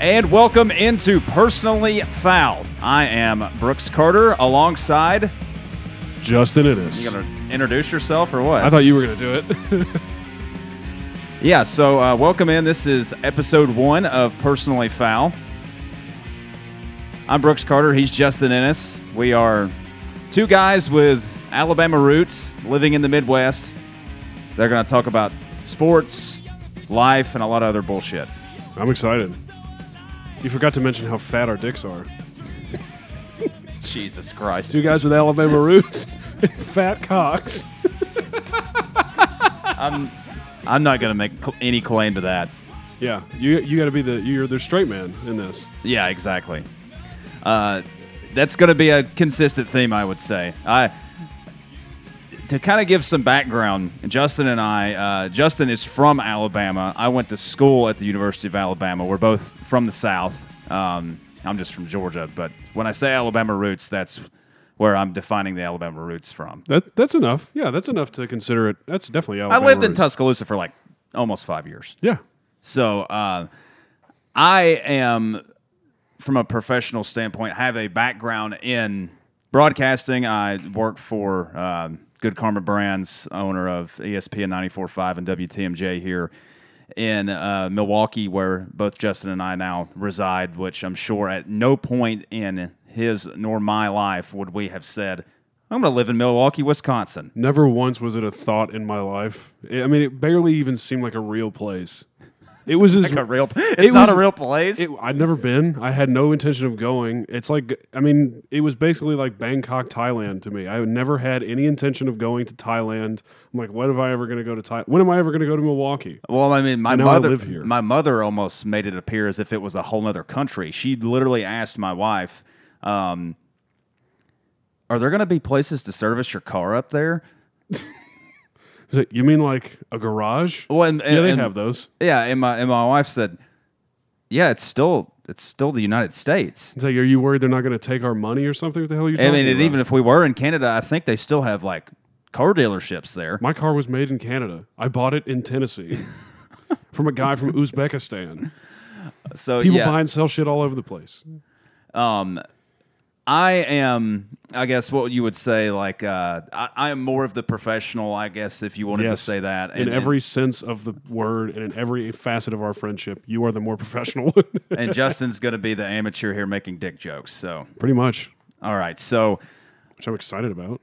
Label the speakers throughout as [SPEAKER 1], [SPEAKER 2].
[SPEAKER 1] And welcome into Personally Fouled. I am Brooks Carter alongside.
[SPEAKER 2] Justin it is.
[SPEAKER 1] You gonna introduce yourself or what?
[SPEAKER 2] I thought you were gonna do it.
[SPEAKER 1] yeah, so uh, welcome in. This is episode one of Personally Foul. I'm Brooks Carter. He's Justin Ennis. We are two guys with Alabama roots living in the Midwest. They're going to talk about sports, life, and a lot of other bullshit.
[SPEAKER 2] I'm excited. You forgot to mention how fat our dicks are.
[SPEAKER 1] Jesus Christ.
[SPEAKER 2] Two guys with Alabama roots, fat cocks.
[SPEAKER 1] I'm not going to make cl- any claim to that.
[SPEAKER 2] Yeah, you you got to be the you're the straight man in this.
[SPEAKER 1] Yeah, exactly. Uh, that's going to be a consistent theme, I would say. I to kind of give some background. Justin and I, uh, Justin is from Alabama. I went to school at the University of Alabama. We're both from the South. Um, I'm just from Georgia, but when I say Alabama roots, that's where I'm defining the Alabama roots from.
[SPEAKER 2] That that's enough. Yeah, that's enough to consider it. That's definitely
[SPEAKER 1] I
[SPEAKER 2] Alabama.
[SPEAKER 1] lived in
[SPEAKER 2] roots.
[SPEAKER 1] Tuscaloosa for like almost five years.
[SPEAKER 2] Yeah,
[SPEAKER 1] So uh, I am, from a professional standpoint, have a background in broadcasting. I work for um, Good Karma Brands, owner of E ESPN 94.5 and WTMJ here in uh, Milwaukee, where both Justin and I now reside, which I'm sure at no point in his nor my life would we have said, I'm going to live in Milwaukee, Wisconsin.
[SPEAKER 2] never once was it a thought in my life. I I mean, it barely even seemed like a real place. It was as
[SPEAKER 1] A real, it's not
[SPEAKER 2] was-
[SPEAKER 1] a real place.
[SPEAKER 2] It, I'd never been. I had no intention of going. It's like, I mean, it was basically like Bangkok, Thailand to me. I never had any intention of going to Thailand. I'm like, when am I ever going to go to Thailand? When am I ever going to go to Milwaukee?
[SPEAKER 1] Well, I mean, my
[SPEAKER 2] know I
[SPEAKER 1] mother,
[SPEAKER 2] live here.
[SPEAKER 1] my mother almost made it appear as if it was a whole other country. She literally asked my wife, um, "Are there going to be places to service your car up there?"
[SPEAKER 2] Is it, you mean like a garage?
[SPEAKER 1] Well, and,
[SPEAKER 2] yeah, they
[SPEAKER 1] and-
[SPEAKER 2] have those.
[SPEAKER 1] yeah, and my and my wife said, "Yeah, it's still it's still the United States."
[SPEAKER 2] It's like, are you worried they're not going to take our money or something? What the hell are you
[SPEAKER 1] I
[SPEAKER 2] talking
[SPEAKER 1] mean, and
[SPEAKER 2] about?
[SPEAKER 1] even if we were in Canada, I think they still have like car dealerships there.
[SPEAKER 2] My car was made in Canada. I bought it in Tennessee from a guy from Uzbekistan.
[SPEAKER 1] So
[SPEAKER 2] People
[SPEAKER 1] yeah,
[SPEAKER 2] buy and sell shit all over the place.
[SPEAKER 1] Um, I am, I guess, what you would say, like, uh, I, I am more of the professional, I guess, if you wanted to say that.
[SPEAKER 2] in every sense of the word and in every facet of our friendship, you are the more professional one.
[SPEAKER 1] and Justin's going to be the amateur here making dick jokes. So,
[SPEAKER 2] Pretty much,
[SPEAKER 1] all right. So,
[SPEAKER 2] which I'm excited about.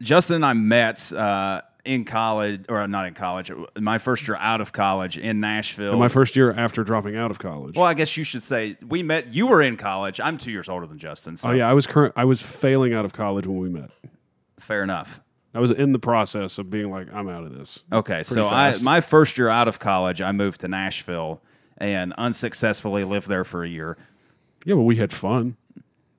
[SPEAKER 1] Justin and I met uh, in college, or not in college, my first year out of college in Nashville.
[SPEAKER 2] My first year after dropping out of college.
[SPEAKER 1] well, I guess you should say we met. You were in college. I'm two years older than Justin, so
[SPEAKER 2] oh yeah, I was current. I was failing out of college when we met.
[SPEAKER 1] fair enough.
[SPEAKER 2] I was in the process of being like, I'm out of this.
[SPEAKER 1] Okay, so I,
[SPEAKER 2] fast.
[SPEAKER 1] my first year out of college, I moved to Nashville and unsuccessfully lived there for a year.
[SPEAKER 2] Yeah, but we had fun.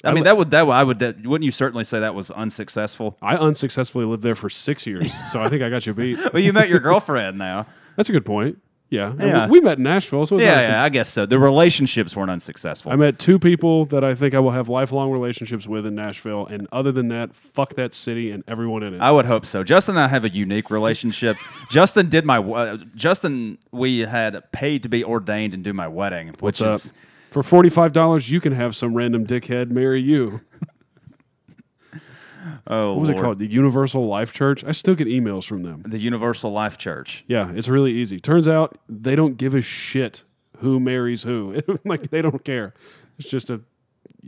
[SPEAKER 1] I, mean, that would that would- I would that, wouldn't you certainly say that was unsuccessful?
[SPEAKER 2] I unsuccessfully lived there for six years, so I think I got you beat.
[SPEAKER 1] But you met your girlfriend now.
[SPEAKER 2] That's a good point. Yeah, And
[SPEAKER 1] Yeah.
[SPEAKER 2] We, we met in Nashville, so it's not
[SPEAKER 1] Yeah,
[SPEAKER 2] a big
[SPEAKER 1] yeah, I guess so. The relationships weren't unsuccessful.
[SPEAKER 2] I met two people that I think I will have lifelong relationships with in Nashville, and other than that, fuck that city and everyone in it.
[SPEAKER 1] I would hope so. Justin and I have a unique relationship. Justin did my uh, Justin. We had paid to be ordained and do my wedding, which
[SPEAKER 2] What's
[SPEAKER 1] is
[SPEAKER 2] up? For forty five dollars, you can have some random dickhead marry you.
[SPEAKER 1] oh,
[SPEAKER 2] What was it
[SPEAKER 1] Lord.
[SPEAKER 2] called? The Universal Life Church. I still get emails from them.
[SPEAKER 1] The Universal Life Church.
[SPEAKER 2] Yeah, it's really easy. Turns out they don't give a shit who marries who. like they don't care. It's just a.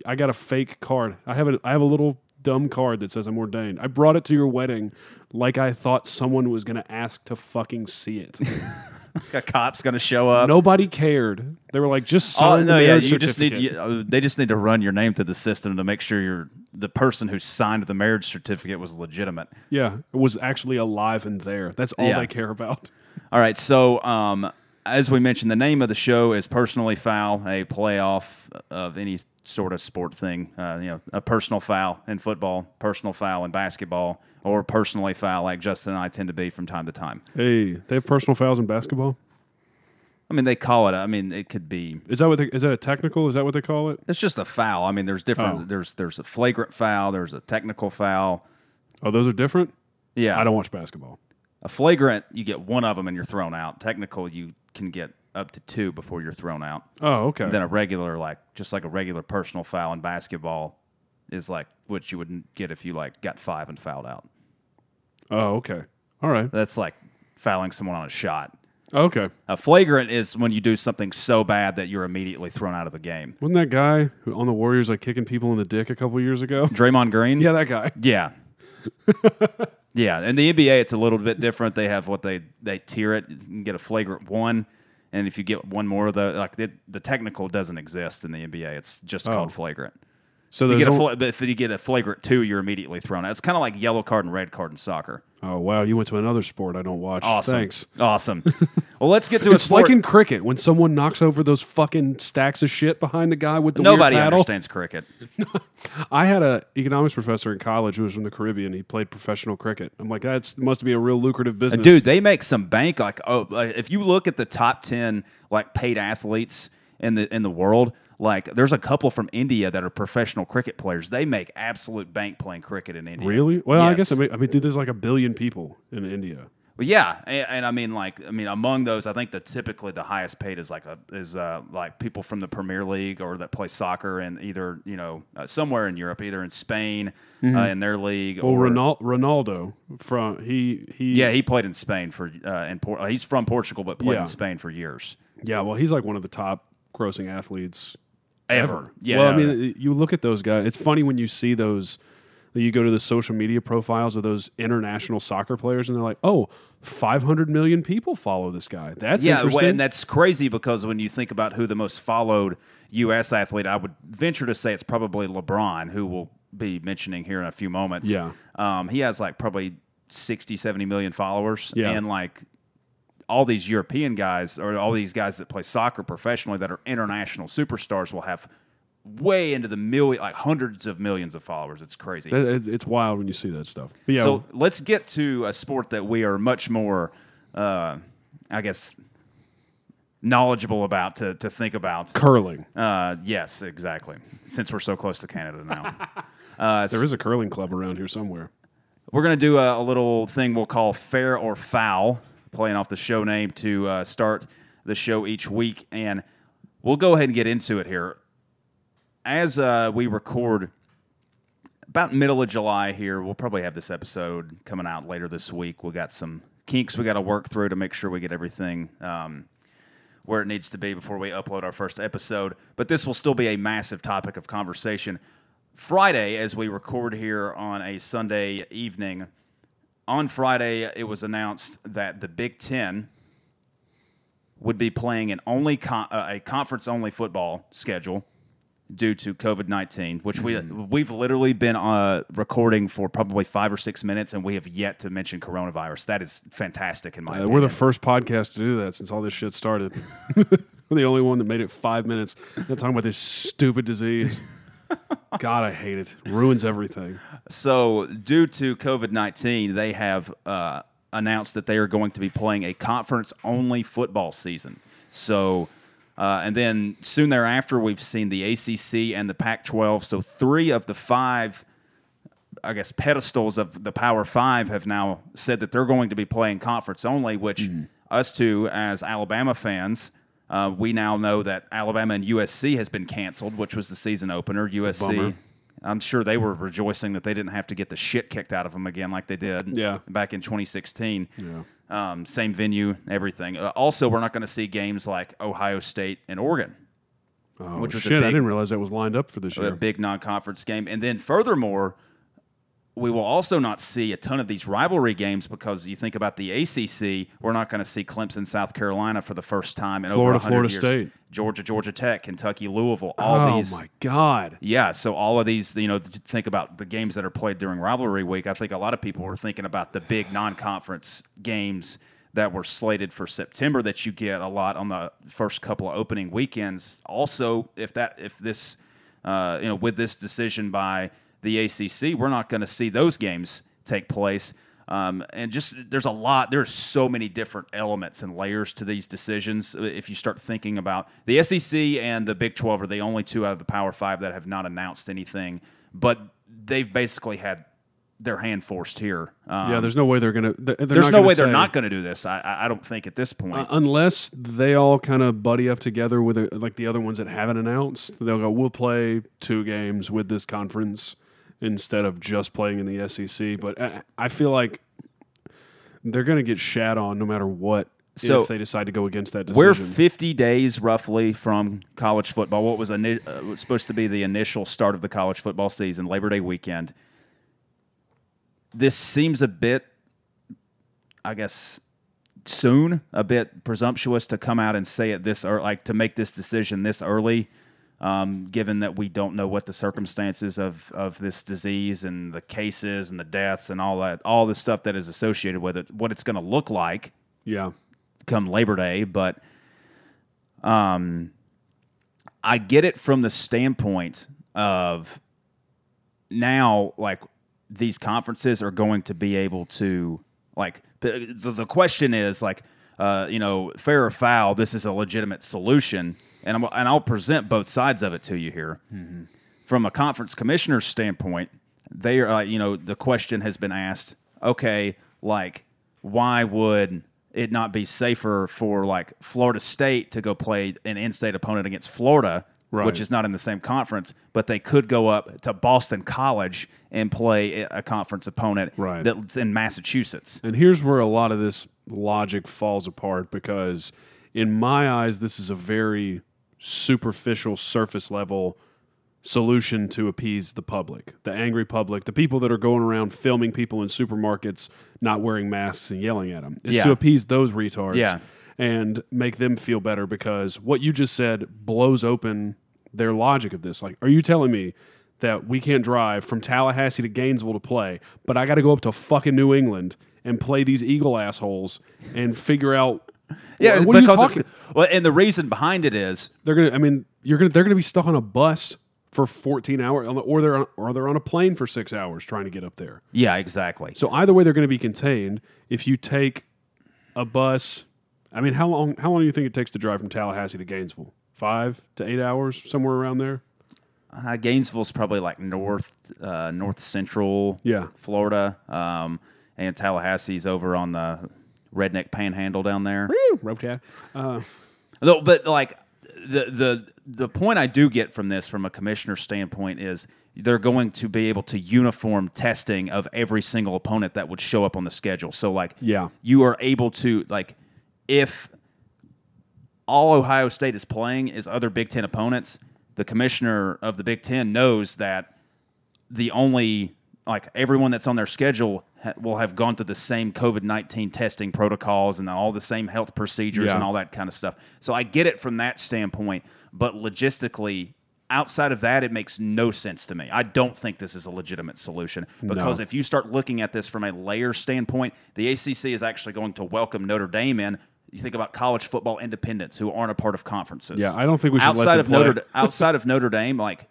[SPEAKER 2] I got a fake card. I have a. I have a little dumb card that says I'm ordained. I brought it to your wedding, like I thought someone was gonna ask to fucking see it.
[SPEAKER 1] A cop's gonna show up.
[SPEAKER 2] Nobody cared. They were like, just
[SPEAKER 1] Uh, Oh
[SPEAKER 2] sign
[SPEAKER 1] no!
[SPEAKER 2] the
[SPEAKER 1] Yeah,
[SPEAKER 2] marriage
[SPEAKER 1] you just need.
[SPEAKER 2] certificate.
[SPEAKER 1] You, uh, they just need to run your name through the system to make sure you're the person who signed the marriage certificate was legitimate.
[SPEAKER 2] yeah, it was actually alive and there. That's all
[SPEAKER 1] Yeah.
[SPEAKER 2] they care about.
[SPEAKER 1] All right. So, um, as we mentioned, the name of the show is Personally Foul, a playoff of any sort of sport thing. Uh, you know, a personal foul in football, personal foul in basketball, or personally foul, like Justin and I tend to be from time to time.
[SPEAKER 2] Hey, they have personal fouls in basketball.
[SPEAKER 1] I mean, they call it, I mean, it could be.
[SPEAKER 2] Is that what? They, is that a technical? Is that what they call it?
[SPEAKER 1] It's just a foul. I mean, there's different.
[SPEAKER 2] Oh.
[SPEAKER 1] There's there's a flagrant foul. There's a technical foul.
[SPEAKER 2] Oh, those are different.
[SPEAKER 1] Yeah,
[SPEAKER 2] I don't watch basketball.
[SPEAKER 1] a flagrant. You get one of them and you're thrown out. Technical, you can get up to two before you're thrown out.
[SPEAKER 2] Oh, okay.
[SPEAKER 1] Then a regular, like just like a regular personal foul in basketball, is like what you would get if you like got five and fouled out.
[SPEAKER 2] oh, okay. All right.
[SPEAKER 1] That's like fouling someone on a shot.
[SPEAKER 2] Okay.
[SPEAKER 1] A flagrant is when you do something so bad that you're immediately thrown out of the game.
[SPEAKER 2] Wasn't that guy who on the Warriors like kicking people in the dick a couple years ago?
[SPEAKER 1] Draymond Green.
[SPEAKER 2] Yeah, that guy.
[SPEAKER 1] Yeah. yeah. In the NBA, it's a little bit different. They have what they they tier it. You can get a flagrant one, and if you get one more of the like the, the technical doesn't exist in the NBA. It's just called flagrant.
[SPEAKER 2] So
[SPEAKER 1] You
[SPEAKER 2] there's
[SPEAKER 1] get a
[SPEAKER 2] only-
[SPEAKER 1] fla- but if you get a flagrant two, you're immediately thrown out. It's kind of like yellow card and red card in soccer.
[SPEAKER 2] Oh wow, you went to another sport I don't watch.
[SPEAKER 1] Awesome.
[SPEAKER 2] Thanks.
[SPEAKER 1] Awesome. well, let's get to a
[SPEAKER 2] It's
[SPEAKER 1] sport.
[SPEAKER 2] like in cricket when someone knocks over those fucking stacks of shit behind the guy with the
[SPEAKER 1] Nobody
[SPEAKER 2] weird paddle.
[SPEAKER 1] understands cricket.
[SPEAKER 2] I had a economics professor in college who was from the Caribbean. He played professional cricket. I'm like, that's must be a real lucrative business,
[SPEAKER 1] Dude, they make some bank. Like, oh, like, if you look at the top ten like paid athletes in the in the world, like there's a couple from India that are professional cricket players. They make absolute bank playing cricket in India.
[SPEAKER 2] Really? Well, I
[SPEAKER 1] Yes.
[SPEAKER 2] guess I mean, I mean, dude, there's like a billion people in India.
[SPEAKER 1] Well, yeah, and, and I mean, like, I mean, among those, I think the typically the highest paid is like a is uh, like people from the Premier League or that play soccer in either you know uh, somewhere in Europe, either in Spain uh, in their league
[SPEAKER 2] Mm-hmm. Well,
[SPEAKER 1] or
[SPEAKER 2] Ronal- Ronaldo from he he
[SPEAKER 1] yeah, he played in Spain for uh, in Por- he's from Portugal but played
[SPEAKER 2] Yeah.
[SPEAKER 1] in Spain for years
[SPEAKER 2] yeah. Well, he's like one of the top grossing athletes
[SPEAKER 1] ever. Yeah,
[SPEAKER 2] well, I
[SPEAKER 1] no,
[SPEAKER 2] mean, you look at those guys. It's funny when you see those. You go to the social media profiles of those international soccer players, and they're like, "Oh, 500 million people follow this guy. That's
[SPEAKER 1] yeah, well,
[SPEAKER 2] interesting."
[SPEAKER 1] and that's crazy because when you think about who the most followed U.S. athlete, I would venture to say it's probably LeBron, who we'll be mentioning here in a few moments.
[SPEAKER 2] Yeah.
[SPEAKER 1] um, he has like probably 60, 70 million followers,
[SPEAKER 2] Yeah.
[SPEAKER 1] and like all these European guys or all these guys that play soccer professionally that are international superstars will have way into the million, like hundreds of millions of followers. It's crazy.
[SPEAKER 2] That- it- it's wild when you see that stuff. But yeah,
[SPEAKER 1] So let's get to a sport that we are much more, uh, I guess, knowledgeable about to, to think about.
[SPEAKER 2] curling.
[SPEAKER 1] Uh, yes, exactly. Since we're so close to Canada now, uh,
[SPEAKER 2] There is a curling club around here somewhere.
[SPEAKER 1] we're going to do a, a little thing we'll call fair or foul, playing off the show name to uh, start the show each week. And we'll go ahead and get into it here. As uh, we record about middle of July here, we'll probably have this episode coming out later this week. We got some kinks we got to work through to make sure we get everything um, where it needs to be before we upload our first episode. But this will still be a massive topic of conversation. Friday, as we record here on a Sunday evening, on Friday, it was announced that the Big Ten would be playing an only con- uh, a conference only football schedule due to COVID nineteen, which we
[SPEAKER 2] Mm-hmm.
[SPEAKER 1] we've literally been uh, recording for probably five or six minutes, and we have yet to mention coronavirus. That is fantastic in my
[SPEAKER 2] Uh,
[SPEAKER 1] opinion.
[SPEAKER 2] we're the first podcast to do that since all this shit started. we're the only one that made it five minutes. Not talking about this stupid disease. God, I hate it. Ruins everything.
[SPEAKER 1] So, due to COVID 19, they have uh, announced that they are going to be playing a conference only football season. So, uh, and then soon thereafter, we've seen the ACC and the Pac 12. So, three of the five, I guess, pedestals of the Power Five have now said that they're going to be playing conference only, which
[SPEAKER 2] Mm-hmm.
[SPEAKER 1] us two, as Alabama fans, uh, we now know that Alabama and USC has been canceled, which was the season opener. USC
[SPEAKER 2] bummer.
[SPEAKER 1] I'm sure they were rejoicing that they didn't have to get the shit kicked out of them again like they did
[SPEAKER 2] Yeah.
[SPEAKER 1] back in 2016. Um, same venue, everything. Uh, also, we're not going to see games like Ohio State and Oregon,
[SPEAKER 2] Oh,
[SPEAKER 1] Which was a
[SPEAKER 2] shit, I
[SPEAKER 1] big- Uh,
[SPEAKER 2] didn't realize that was lined up for this
[SPEAKER 1] a
[SPEAKER 2] year.
[SPEAKER 1] big non conference game. And then, furthermore, we will also not see a ton of these rivalry games because you think about the ACC, we're not going to see Clemson, South Carolina for the first time in
[SPEAKER 2] Florida,
[SPEAKER 1] over 100
[SPEAKER 2] Florida
[SPEAKER 1] years.
[SPEAKER 2] State.
[SPEAKER 1] Georgia, Georgia Tech, Kentucky, Louisville, all
[SPEAKER 2] oh
[SPEAKER 1] these
[SPEAKER 2] my god!
[SPEAKER 1] Yeah, so all of these, you know, to think about the games that are played during rivalry week, I think a lot of people were thinking about the big non-conference games that were slated for September that you get a lot on the first couple of opening weekends. Also, if that if this uh, you know, with this decision by the ACC, we're not going to see those games take place. Um, and just there's a lot, there's so many different elements and layers to these decisions. uh, If you start thinking about the SEC and the Big 12 are the only two out of the Power Five that have not announced anything, but they've basically had their hand forced here. Um,
[SPEAKER 2] yeah, there's no way they're gonna. They're, they're
[SPEAKER 1] there's
[SPEAKER 2] not
[SPEAKER 1] no
[SPEAKER 2] gonna
[SPEAKER 1] way
[SPEAKER 2] say-
[SPEAKER 1] they're not going to do this. I- I, I don't think at this point.
[SPEAKER 2] Uh, unless they all kind of buddy up together with uh like the other ones that haven't announced, they'll go. We'll play two games with this conference instead of just playing in the SEC. But I, I feel like they're going to get shat on no matter what
[SPEAKER 1] So,
[SPEAKER 2] if they decide to go against that
[SPEAKER 1] We're
[SPEAKER 2] decision.
[SPEAKER 1] 50 days roughly from college football. What was, ini- uh, was supposed to be the initial start of the college football season, Labor Day weekend. This seems a bit, I guess, soon, a bit presumptuous to come out and say it this or like to make this decision this early. Um, given that we don't know what the circumstances of, of this disease and the cases and the deaths and all that, all the stuff that is associated with it, what it's going to look like
[SPEAKER 2] yeah,
[SPEAKER 1] come Labor Day, but um, I get it from the standpoint of now, like these conferences are going to be able to, like, the, the the question is like, uh, you know, fair or foul, this is a legitimate solution, and I'm, and I'll present both sides of it to you here from a conference commissioner's standpoint, they are, uh, you know, the question has been asked, okay, like, why would it not be safer for like Florida State to go play an in state opponent against Florida,
[SPEAKER 2] Right.
[SPEAKER 1] which is not in the same conference, but they could go up to Boston College and play a a conference opponent
[SPEAKER 2] Right.
[SPEAKER 1] that's in Massachusetts?
[SPEAKER 2] And here's where a lot of this logic falls apart because, in my eyes, this is a very superficial, surface level solution to appease the public, the angry public, the people that are going around filming people in supermarkets not wearing masks and yelling at them. It's
[SPEAKER 1] Yeah.
[SPEAKER 2] to appease those retards
[SPEAKER 1] Yeah.
[SPEAKER 2] and make them feel better because what you just said blows open their logic of this. Like, are you telling me that we can't drive from Tallahassee to Gainesville to play, but I got to go up to fucking New England and play these Eagle assholes and figure out?
[SPEAKER 1] Yeah,
[SPEAKER 2] what, what are you
[SPEAKER 1] because
[SPEAKER 2] talking?
[SPEAKER 1] it's, well, and the reason behind it is
[SPEAKER 2] They're gonna. I mean, you're gonna. They're gonna be stuck on a bus for 14 hours, or they're on, or they're on a plane for six hours trying to get up there.
[SPEAKER 1] yeah, exactly.
[SPEAKER 2] So either way, they're going to be contained. If you take a bus, I mean, how long? How long do you think it takes to drive from Tallahassee to Gainesville? Five to eight hours, somewhere around there.
[SPEAKER 1] Uh, Gainesville's probably like north, uh, north central,
[SPEAKER 2] Yeah.
[SPEAKER 1] Florida, um, and Tallahassee's over on the redneck panhandle down there.
[SPEAKER 2] Rope cat. Uh,
[SPEAKER 1] Though, but like the the the point I do get from this, from a commissioner's standpoint, is they're going to be able to uniform testing of every single opponent that would show up on the schedule. So like,
[SPEAKER 2] Yeah.
[SPEAKER 1] you are able to like if all Ohio State is playing is other Big Ten opponents. The commissioner of the Big Ten knows that the only like everyone that's on their schedule ha- will have gone through the same COVID nineteen testing protocols and all the same health procedures
[SPEAKER 2] Yeah.
[SPEAKER 1] and all that kind of stuff. So I get it from that standpoint, but logistically. Outside of that, it makes no sense to me. I don't think this is a legitimate solution because
[SPEAKER 2] No.
[SPEAKER 1] if you start looking at this from a layer standpoint, the ACC is actually going to welcome Notre Dame in. You think about college football independents who aren't a part of conferences.
[SPEAKER 2] Yeah, I don't think we should let
[SPEAKER 1] outside
[SPEAKER 2] them
[SPEAKER 1] of Notre
[SPEAKER 2] play.
[SPEAKER 1] outside of Notre Dame, like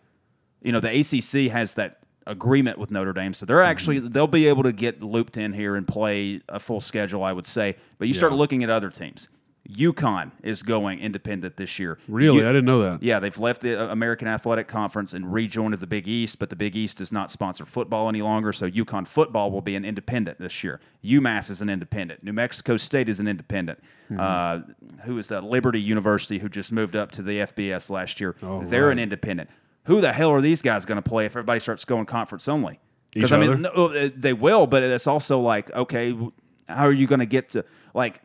[SPEAKER 1] you know, the ACC has that agreement with Notre Dame, so they're actually they'll be able to get looped in here and play a full schedule, I would say. But you start looking at other teams. UConn is going independent this year.
[SPEAKER 2] really,
[SPEAKER 1] You-
[SPEAKER 2] I didn't know that.
[SPEAKER 1] yeah, they've left the uh, American Athletic Conference and rejoined the Big East, but the Big East does not sponsor football any longer, so UConn football will be an independent this year. UMass is an independent. New Mexico State is an independent.
[SPEAKER 2] Mm-hmm.
[SPEAKER 1] Uh, who is that? Liberty University, who just moved up to the FBS last year.
[SPEAKER 2] Oh,
[SPEAKER 1] They're an independent. Who the hell are these guys going to play if everybody starts going conference only?
[SPEAKER 2] Each
[SPEAKER 1] Because I
[SPEAKER 2] other?
[SPEAKER 1] mean, no, uh, they will, but it's also like, okay, w- how are you going to get to like?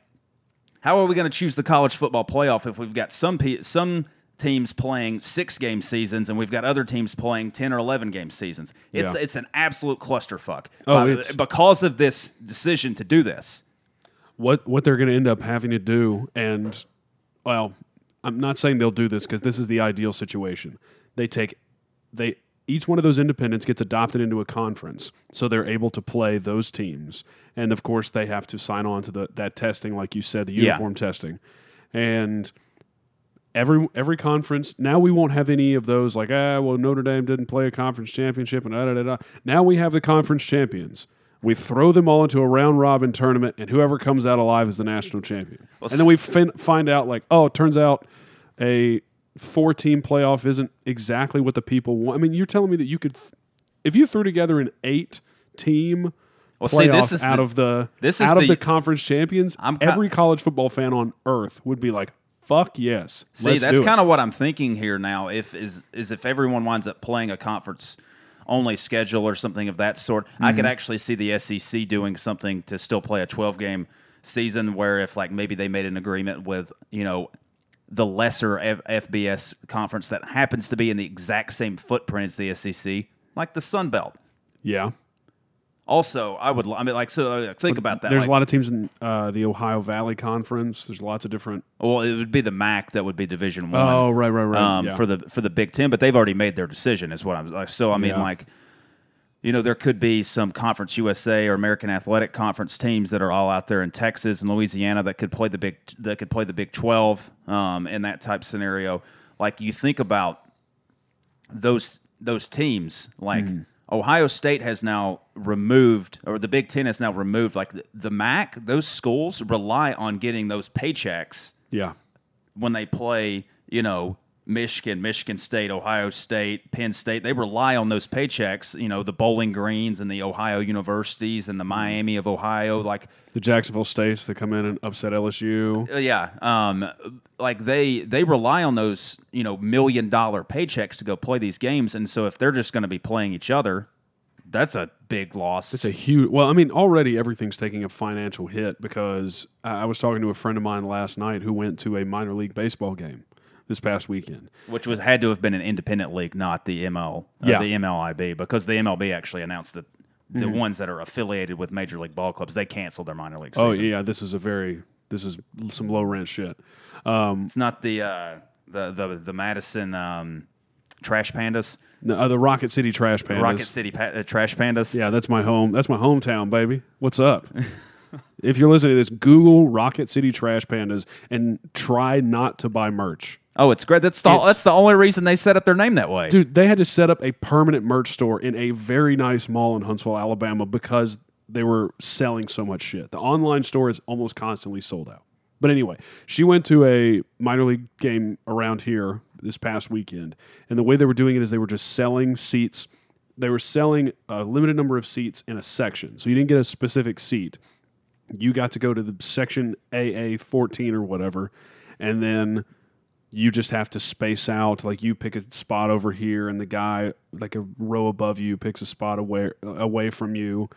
[SPEAKER 1] How are we going to choose the college football playoff if we've got some pe- some teams playing six game seasons and we've got other teams playing ten or eleven game seasons? It's
[SPEAKER 2] Yeah.
[SPEAKER 1] it's an absolute clusterfuck.
[SPEAKER 2] Oh,
[SPEAKER 1] By-
[SPEAKER 2] it's-
[SPEAKER 1] because of this decision to do this.
[SPEAKER 2] what what they're going to end up having to do and well i'm not saying they'll do this because this is the ideal situation they take they each one of those independents gets adopted into a conference so they're able to play those teams and of course they have to sign on to the, that testing like you said the uniform testing and every every conference now we won't have any of those like ah well Notre Dame didn't play a conference championship and da da da. da. Now we have the conference champions. We throw them all into a round robin tournament, and whoever comes out alive is the national champion. and then we fin- find out like oh, it turns out a four team playoff isn't exactly what the people want. I mean, you're telling me that you could if you threw together an eight team
[SPEAKER 1] Well,
[SPEAKER 2] playoff
[SPEAKER 1] see, this is
[SPEAKER 2] out
[SPEAKER 1] the-
[SPEAKER 2] of the
[SPEAKER 1] this is
[SPEAKER 2] out
[SPEAKER 1] the-
[SPEAKER 2] of the conference champions.
[SPEAKER 1] I'm ki-
[SPEAKER 2] every college football fan on earth would be like, "Fuck yes!"
[SPEAKER 1] See, that's kind of what I'm thinking here now. If is is if everyone winds up playing a conference only schedule or something of that sort, I
[SPEAKER 2] Mm-hmm.
[SPEAKER 1] could actually see the SEC doing something to still play a 12 game season. Where if like maybe they made an agreement with you know the lesser F- FBS conference that happens to be in the exact same footprint as the SEC, like the Sun Belt.
[SPEAKER 2] yeah.
[SPEAKER 1] Also, I would. lo- I mean, like, so uh, think about that.
[SPEAKER 2] There's
[SPEAKER 1] like-
[SPEAKER 2] a lot of teams in uh, the Ohio Valley Conference. There's lots of different.
[SPEAKER 1] Well, it would be the MAC that would be Division One.
[SPEAKER 2] Oh, right, right, right,
[SPEAKER 1] Um,
[SPEAKER 2] yeah.
[SPEAKER 1] For the for the Big Ten, but they've already made their decision. Is what I'm like. So I mean,
[SPEAKER 2] Yeah.
[SPEAKER 1] like, you know, there could be some Conference USA or American Athletic Conference teams that are all out there in Texas and Louisiana that could play the big that could play the Big Twelve um, in that type scenario. Like you think about those those teams like
[SPEAKER 2] Mm-hmm.
[SPEAKER 1] Ohio State has now removed or the Big 10 has now removed like the, the MAC those schools rely on getting those paychecks
[SPEAKER 2] Yeah,
[SPEAKER 1] when they play, you know, Michigan, Michigan State, Ohio State, Penn State, they rely on those paychecks, you know, the Bowling Greens and the Ohio universities and the Miami of Ohio. Like,
[SPEAKER 2] the Jacksonville States that come in and upset LSU.
[SPEAKER 1] uh, yeah, um, like they they rely on those, you know, million dollar paychecks to go play these games. And so if they're just going to be playing each other, that's a big loss.
[SPEAKER 2] It's a huge. Well, I mean, already everything's taking a financial hit because I I was talking to a friend of mine last night who went to a minor league baseball game this past weekend.
[SPEAKER 1] which was had to have been an independent league, not the ML, uh,
[SPEAKER 2] Yeah. Mm-hmm.
[SPEAKER 1] the MLIB, because the MLB actually announced that the ones that are affiliated with major league ball clubs they canceled their minor league. Season.
[SPEAKER 2] Oh yeah, this is a very this is some low rent shit. Um,
[SPEAKER 1] It's not the uh, the the the Madison um, Trash Pandas,
[SPEAKER 2] the, uh, the Rocket City Trash Pandas.
[SPEAKER 1] Rocket City pa- uh, Trash Pandas.
[SPEAKER 2] Yeah, that's my home. That's my hometown, baby. What's up? if you're listening to this, Google Rocket City Trash Pandas and try not to buy merch.
[SPEAKER 1] Oh, it's great. That's the
[SPEAKER 2] It's-
[SPEAKER 1] that's the only reason they set up their name that way.
[SPEAKER 2] Dude, they had to set up a permanent merch store in a very nice mall in Huntsville, Alabama because they were selling so much shit. The online store is almost constantly sold out. But anyway, she went to a minor league game around here this past weekend, and the way they were doing it is they were just selling seats. They were selling a limited number of seats in a section. So you didn't get a specific seat you got to go to the section AA 14 or whatever, and then you just have to space out. Like you pick a spot over here, and the guy like a row above you picks a spot away away from you.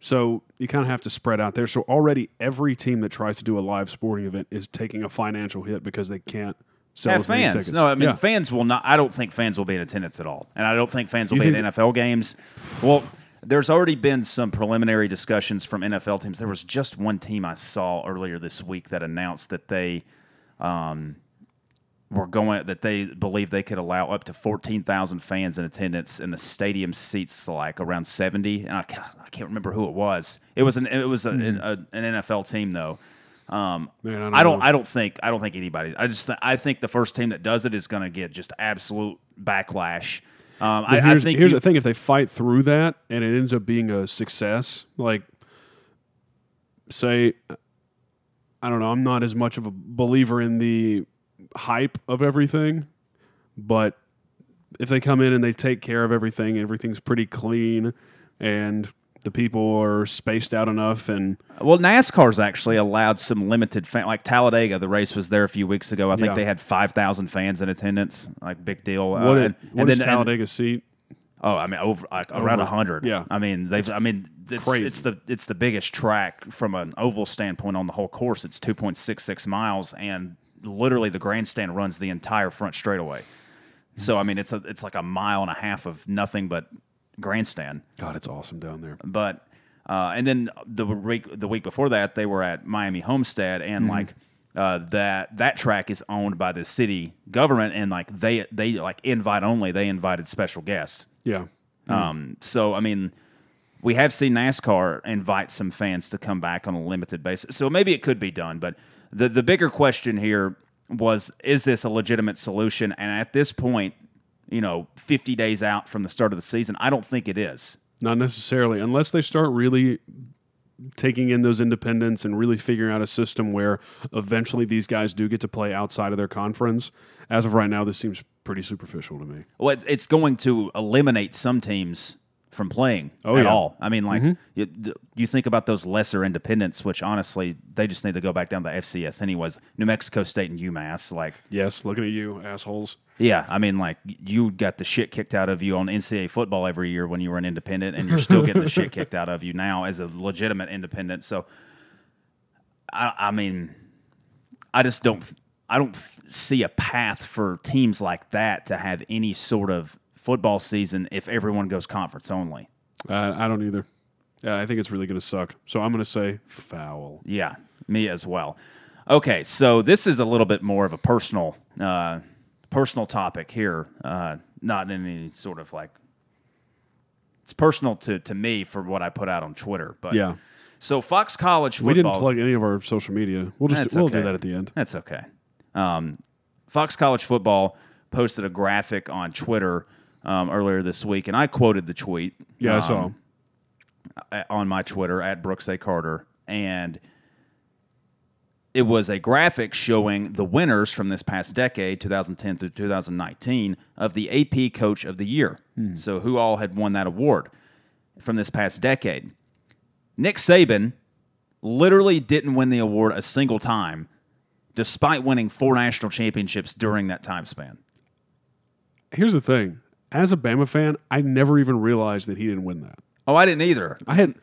[SPEAKER 2] So you kind of have to spread out there. So already every team that tries to do a live sporting event is taking a financial hit because they can't sell
[SPEAKER 1] Have
[SPEAKER 2] as many
[SPEAKER 1] fans?
[SPEAKER 2] tickets.
[SPEAKER 1] No, I mean
[SPEAKER 2] Yeah.
[SPEAKER 1] fans will not. I don't think fans will be in attendance at all, and I don't think fans will be
[SPEAKER 2] think
[SPEAKER 1] at NFL games. Well, there's already been some preliminary discussions from NFL teams. There was just one team I saw earlier this week that announced that they um, were going that they believe they could allow up to 14,000 fans in attendance and the stadium seats like around 70 and I, ca- I can't remember who it was it was an it
[SPEAKER 2] Hmm.
[SPEAKER 1] was a, an- a- an NFL team though um,
[SPEAKER 2] Man, I don't
[SPEAKER 1] I don't
[SPEAKER 2] know.
[SPEAKER 1] I don't think I don't think anybody I just th- I think the first team that does it is going to get just absolute backlash um, I, I
[SPEAKER 2] here's,
[SPEAKER 1] think
[SPEAKER 2] here's
[SPEAKER 1] you-
[SPEAKER 2] the thing: if they fight through that and it ends up being a success, like say, I don't know, I'm not as much of a believer in the hype of everything, but if they come in and they take care of everything, everything's pretty clean, and the people are spaced out enough, and
[SPEAKER 1] Well, NASCAR's actually allowed some limited fan, like Talladega. The race was there a few weeks ago. I think
[SPEAKER 2] Yeah.
[SPEAKER 1] they had five thousand fans in attendance. Like big deal. Uh,
[SPEAKER 2] what,
[SPEAKER 1] and,
[SPEAKER 2] it,
[SPEAKER 1] and
[SPEAKER 2] what is
[SPEAKER 1] then- and-
[SPEAKER 2] Talladega seat?
[SPEAKER 1] Oh, I mean, over like, around
[SPEAKER 2] Over-
[SPEAKER 1] hundred.
[SPEAKER 2] yeah.
[SPEAKER 1] I mean, they've. I mean, it's,
[SPEAKER 2] crazy.
[SPEAKER 1] it's the it's the biggest track from an oval standpoint on the whole course. It's two point six six miles, and literally the grandstand runs the entire front straightaway. So I mean, it's a it's like a mile and a half of nothing but grandstand.
[SPEAKER 2] God, it's awesome down there.
[SPEAKER 1] But uh, and then the week the week before that, they were at Miami Homestead, and
[SPEAKER 2] Mm-hmm.
[SPEAKER 1] like uh, that that track is owned by the city government, and like they they like invite only. They invited special guests.
[SPEAKER 2] Yeah,
[SPEAKER 1] Um, so I mean, we have seen NASCAR invite some fans to come back on a limited basis. So maybe it could be done, but the the bigger question here was is this a legitimate solution? And at this point, you know, 50 days out from the start of the season, I don't think it is.
[SPEAKER 2] Not necessarily, unless they start really taking in those independents and really figuring out a system where eventually these guys do get to play outside of their conference. As of right now, this seems pretty superficial to me.
[SPEAKER 1] Well, it's, it's going to eliminate some teams from playing
[SPEAKER 2] Oh,
[SPEAKER 1] at
[SPEAKER 2] yeah.
[SPEAKER 1] all. I mean, like you, th- you think about those lesser independents, which honestly they just need to go back down to the FCS anyways. New Mexico State and UMass, like
[SPEAKER 2] Yes, looking at you, assholes.
[SPEAKER 1] yeah, I mean, like you got the shit kicked out of you on NCAA football every year when you were an independent, and you're still getting the shit kicked out of you now as a legitimate independent. So, I, I mean, I just don't, I don't see a path for teams like that to have any sort of football season if everyone goes conference only.
[SPEAKER 2] Uh, I don't either. Yeah, I think it's really going to suck. So I'm going to say foul.
[SPEAKER 1] Yeah, me as well. Okay, so this is a little bit more of a personal, uh, personal topic here. Uh, not in any sort of like it's personal to to me for what I put out on Twitter. But
[SPEAKER 2] Yeah.
[SPEAKER 1] so Fox College football.
[SPEAKER 2] We didn't plug any of our social media. We'll just
[SPEAKER 1] That's
[SPEAKER 2] we'll
[SPEAKER 1] okay.
[SPEAKER 2] do that at the end.
[SPEAKER 1] That's okay. Um, Fox College Football posted a graphic on Twitter um, earlier this week, and I quoted the tweet.
[SPEAKER 2] Yeah, I
[SPEAKER 1] um,
[SPEAKER 2] saw.
[SPEAKER 1] a- on my Twitter at Brooks A. Carter, and it was a graphic showing the winners from this past decade, 2010 through 2019, of the AP Coach of the Year. So, who all had won that award from this past decade? Nick Saban literally didn't win the award a single time, despite winning four national championships during that time span.
[SPEAKER 2] Here's the thing: as a Bama fan, I never even realized that he didn't win that.
[SPEAKER 1] Oh, I didn't either.
[SPEAKER 2] I had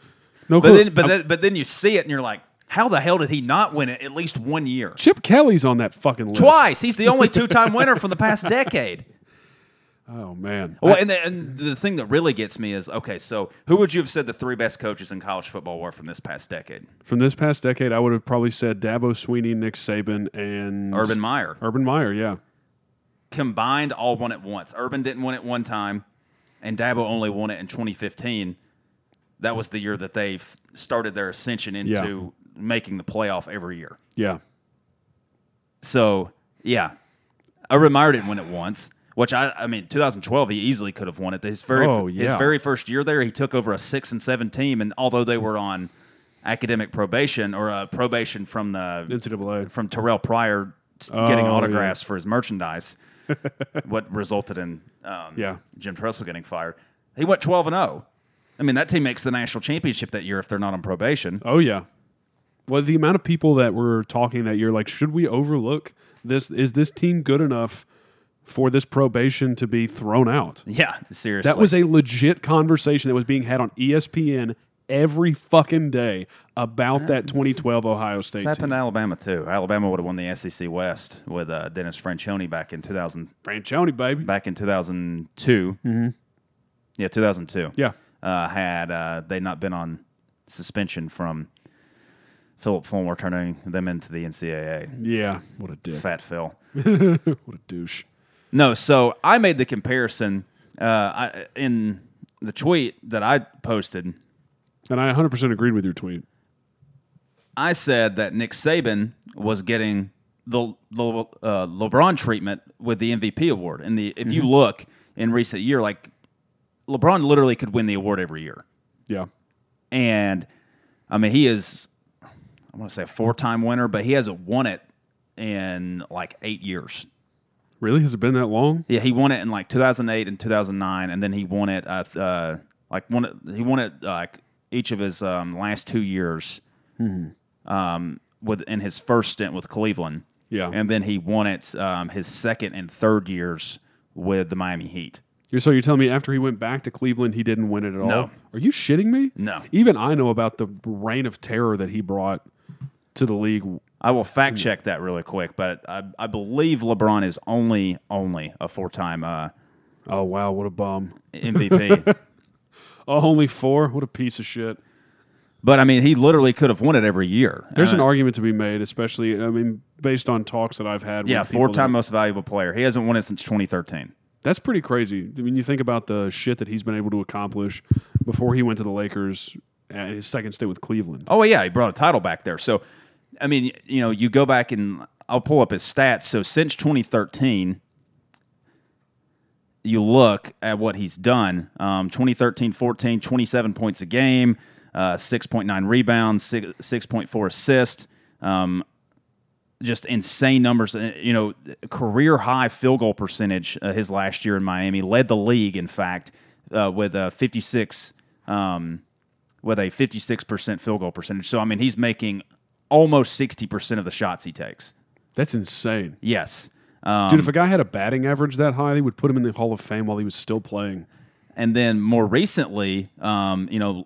[SPEAKER 2] no
[SPEAKER 1] But
[SPEAKER 2] clue.
[SPEAKER 1] then, but
[SPEAKER 2] I'm-
[SPEAKER 1] then, but then you see it and you're like, how the hell did he not win it at least one year?
[SPEAKER 2] Chip Kelly's on that fucking list.
[SPEAKER 1] twice. He's the only two-time winner from the past decade.
[SPEAKER 2] Oh man,
[SPEAKER 1] Well, and the, and the thing that really gets me is okay. So, who would you have said the three best coaches in college football were from this past decade?
[SPEAKER 2] from this past decade, I would have probably said Dabo Sweeney, Nick Saban, and
[SPEAKER 1] Urban Meyer
[SPEAKER 2] Urban Meyer. Yeah,
[SPEAKER 1] combined all won it once. Urban didn't win it one time, and Dabo only won it in 2015. That was the year that they f- started their ascension into making the playoff every year.
[SPEAKER 2] yeah.
[SPEAKER 1] So yeah, Urban Meyer didn't win it once. Which I, I mean, 2012, he easily could have won it. His very,
[SPEAKER 2] Oh,
[SPEAKER 1] his
[SPEAKER 2] yeah.
[SPEAKER 1] very first year there, he took over a six and seven team, and although they were on academic probation or uh, probation from the
[SPEAKER 2] NCAA.
[SPEAKER 1] from Terrell Pryor t- getting
[SPEAKER 2] Oh,
[SPEAKER 1] autographs for his merchandise, what resulted in um,
[SPEAKER 2] Yeah.
[SPEAKER 1] Jim Tressel getting fired, he went 12 and 0. I mean, that team makes the national championship that year if they're not on probation.
[SPEAKER 2] Oh yeah. Well, the amount of people that were talking that year, like, should we overlook this? Is this team good enough for this probation to be thrown out?
[SPEAKER 1] Yeah, seriously.
[SPEAKER 2] That was a legit conversation that was being had on E ESPN every fucking day about that 2012 Ohio State
[SPEAKER 1] It's
[SPEAKER 2] team.
[SPEAKER 1] happened to Alabama too. Alabama would have won the SEC West with uh, Dennis Franchoni back in two thousand
[SPEAKER 2] Franchoni, baby.
[SPEAKER 1] back in two Yeah, two thousand two.
[SPEAKER 2] Yeah.
[SPEAKER 1] Uh, had uh, they not been on suspension from Philip Fulmer turning them into the NCAA,
[SPEAKER 2] Yeah. What a dick.
[SPEAKER 1] Fat Phil.
[SPEAKER 2] What a douche.
[SPEAKER 1] No, so I made the comparison uh, I, in the tweet that I posted.
[SPEAKER 2] And I 100% agreed with your tweet.
[SPEAKER 1] I said that Nick Saban was getting the, the uh, LeBron treatment with the MVP award. And the if you look in recent year, like LeBron literally could win the award every year,
[SPEAKER 2] Yeah.
[SPEAKER 1] and I mean he is I want to say a four time winner, but he hasn't won it in like eight years.
[SPEAKER 2] Really? Has it been that long?
[SPEAKER 1] Yeah, he won it in like 2008 and 2009, and then he won it uh, th- uh, like won it, he won it uh, like each of his um, last two years um, with in his first stint with Cleveland.
[SPEAKER 2] Mm-hmm. Yeah.
[SPEAKER 1] and then he won it um, his second and third years with the Miami Heat.
[SPEAKER 2] You're, so you're telling me after he went back to Cleveland, he didn't win it at all?
[SPEAKER 1] No.
[SPEAKER 2] Are you shitting me?
[SPEAKER 1] No.
[SPEAKER 2] Even I know about the reign of terror that he brought to the league.
[SPEAKER 1] I will
[SPEAKER 2] Mm.
[SPEAKER 1] fact check that really quick, but I, I believe LeBron is only only a four time uh,
[SPEAKER 2] Oh, wow. What a bum.
[SPEAKER 1] MVP.
[SPEAKER 2] Oh, only four? What a piece of shit.
[SPEAKER 1] but I mean, he literally could have won it every year.
[SPEAKER 2] There's
[SPEAKER 1] Uh,
[SPEAKER 2] an argument to be made, especially, I mean, based on talks that I've had.
[SPEAKER 1] yeah
[SPEAKER 2] with people
[SPEAKER 1] four time
[SPEAKER 2] that-
[SPEAKER 1] most valuable player. He hasn't won it since 2013.
[SPEAKER 2] That's pretty crazy. I mean, you think about the shit that he's been able to accomplish before he went to the Lakers and his second stint with Cleveland.
[SPEAKER 1] Oh yeah, he brought a title back there. So, I mean, you know, you go back and I'll pull up his stats. So since 2013, you look at what he's done. Um, 2013, 14, 27 points a game, uh, 6.9 rebounds, six, 6.4 assists. Um, just insane numbers. Uh, You know, career high field goal percentage uh, his last year in Miami led the league. In fact, uh, with a 56 um, with a 56% field goal percentage. So I mean, he's making almost 60% of the shots he takes.
[SPEAKER 2] That's insane.
[SPEAKER 1] Yes. Um,
[SPEAKER 2] Dude, if a guy had a batting average that high, they would put him in the Hall of Fame while he was still playing.
[SPEAKER 1] And then more recently, um, you know,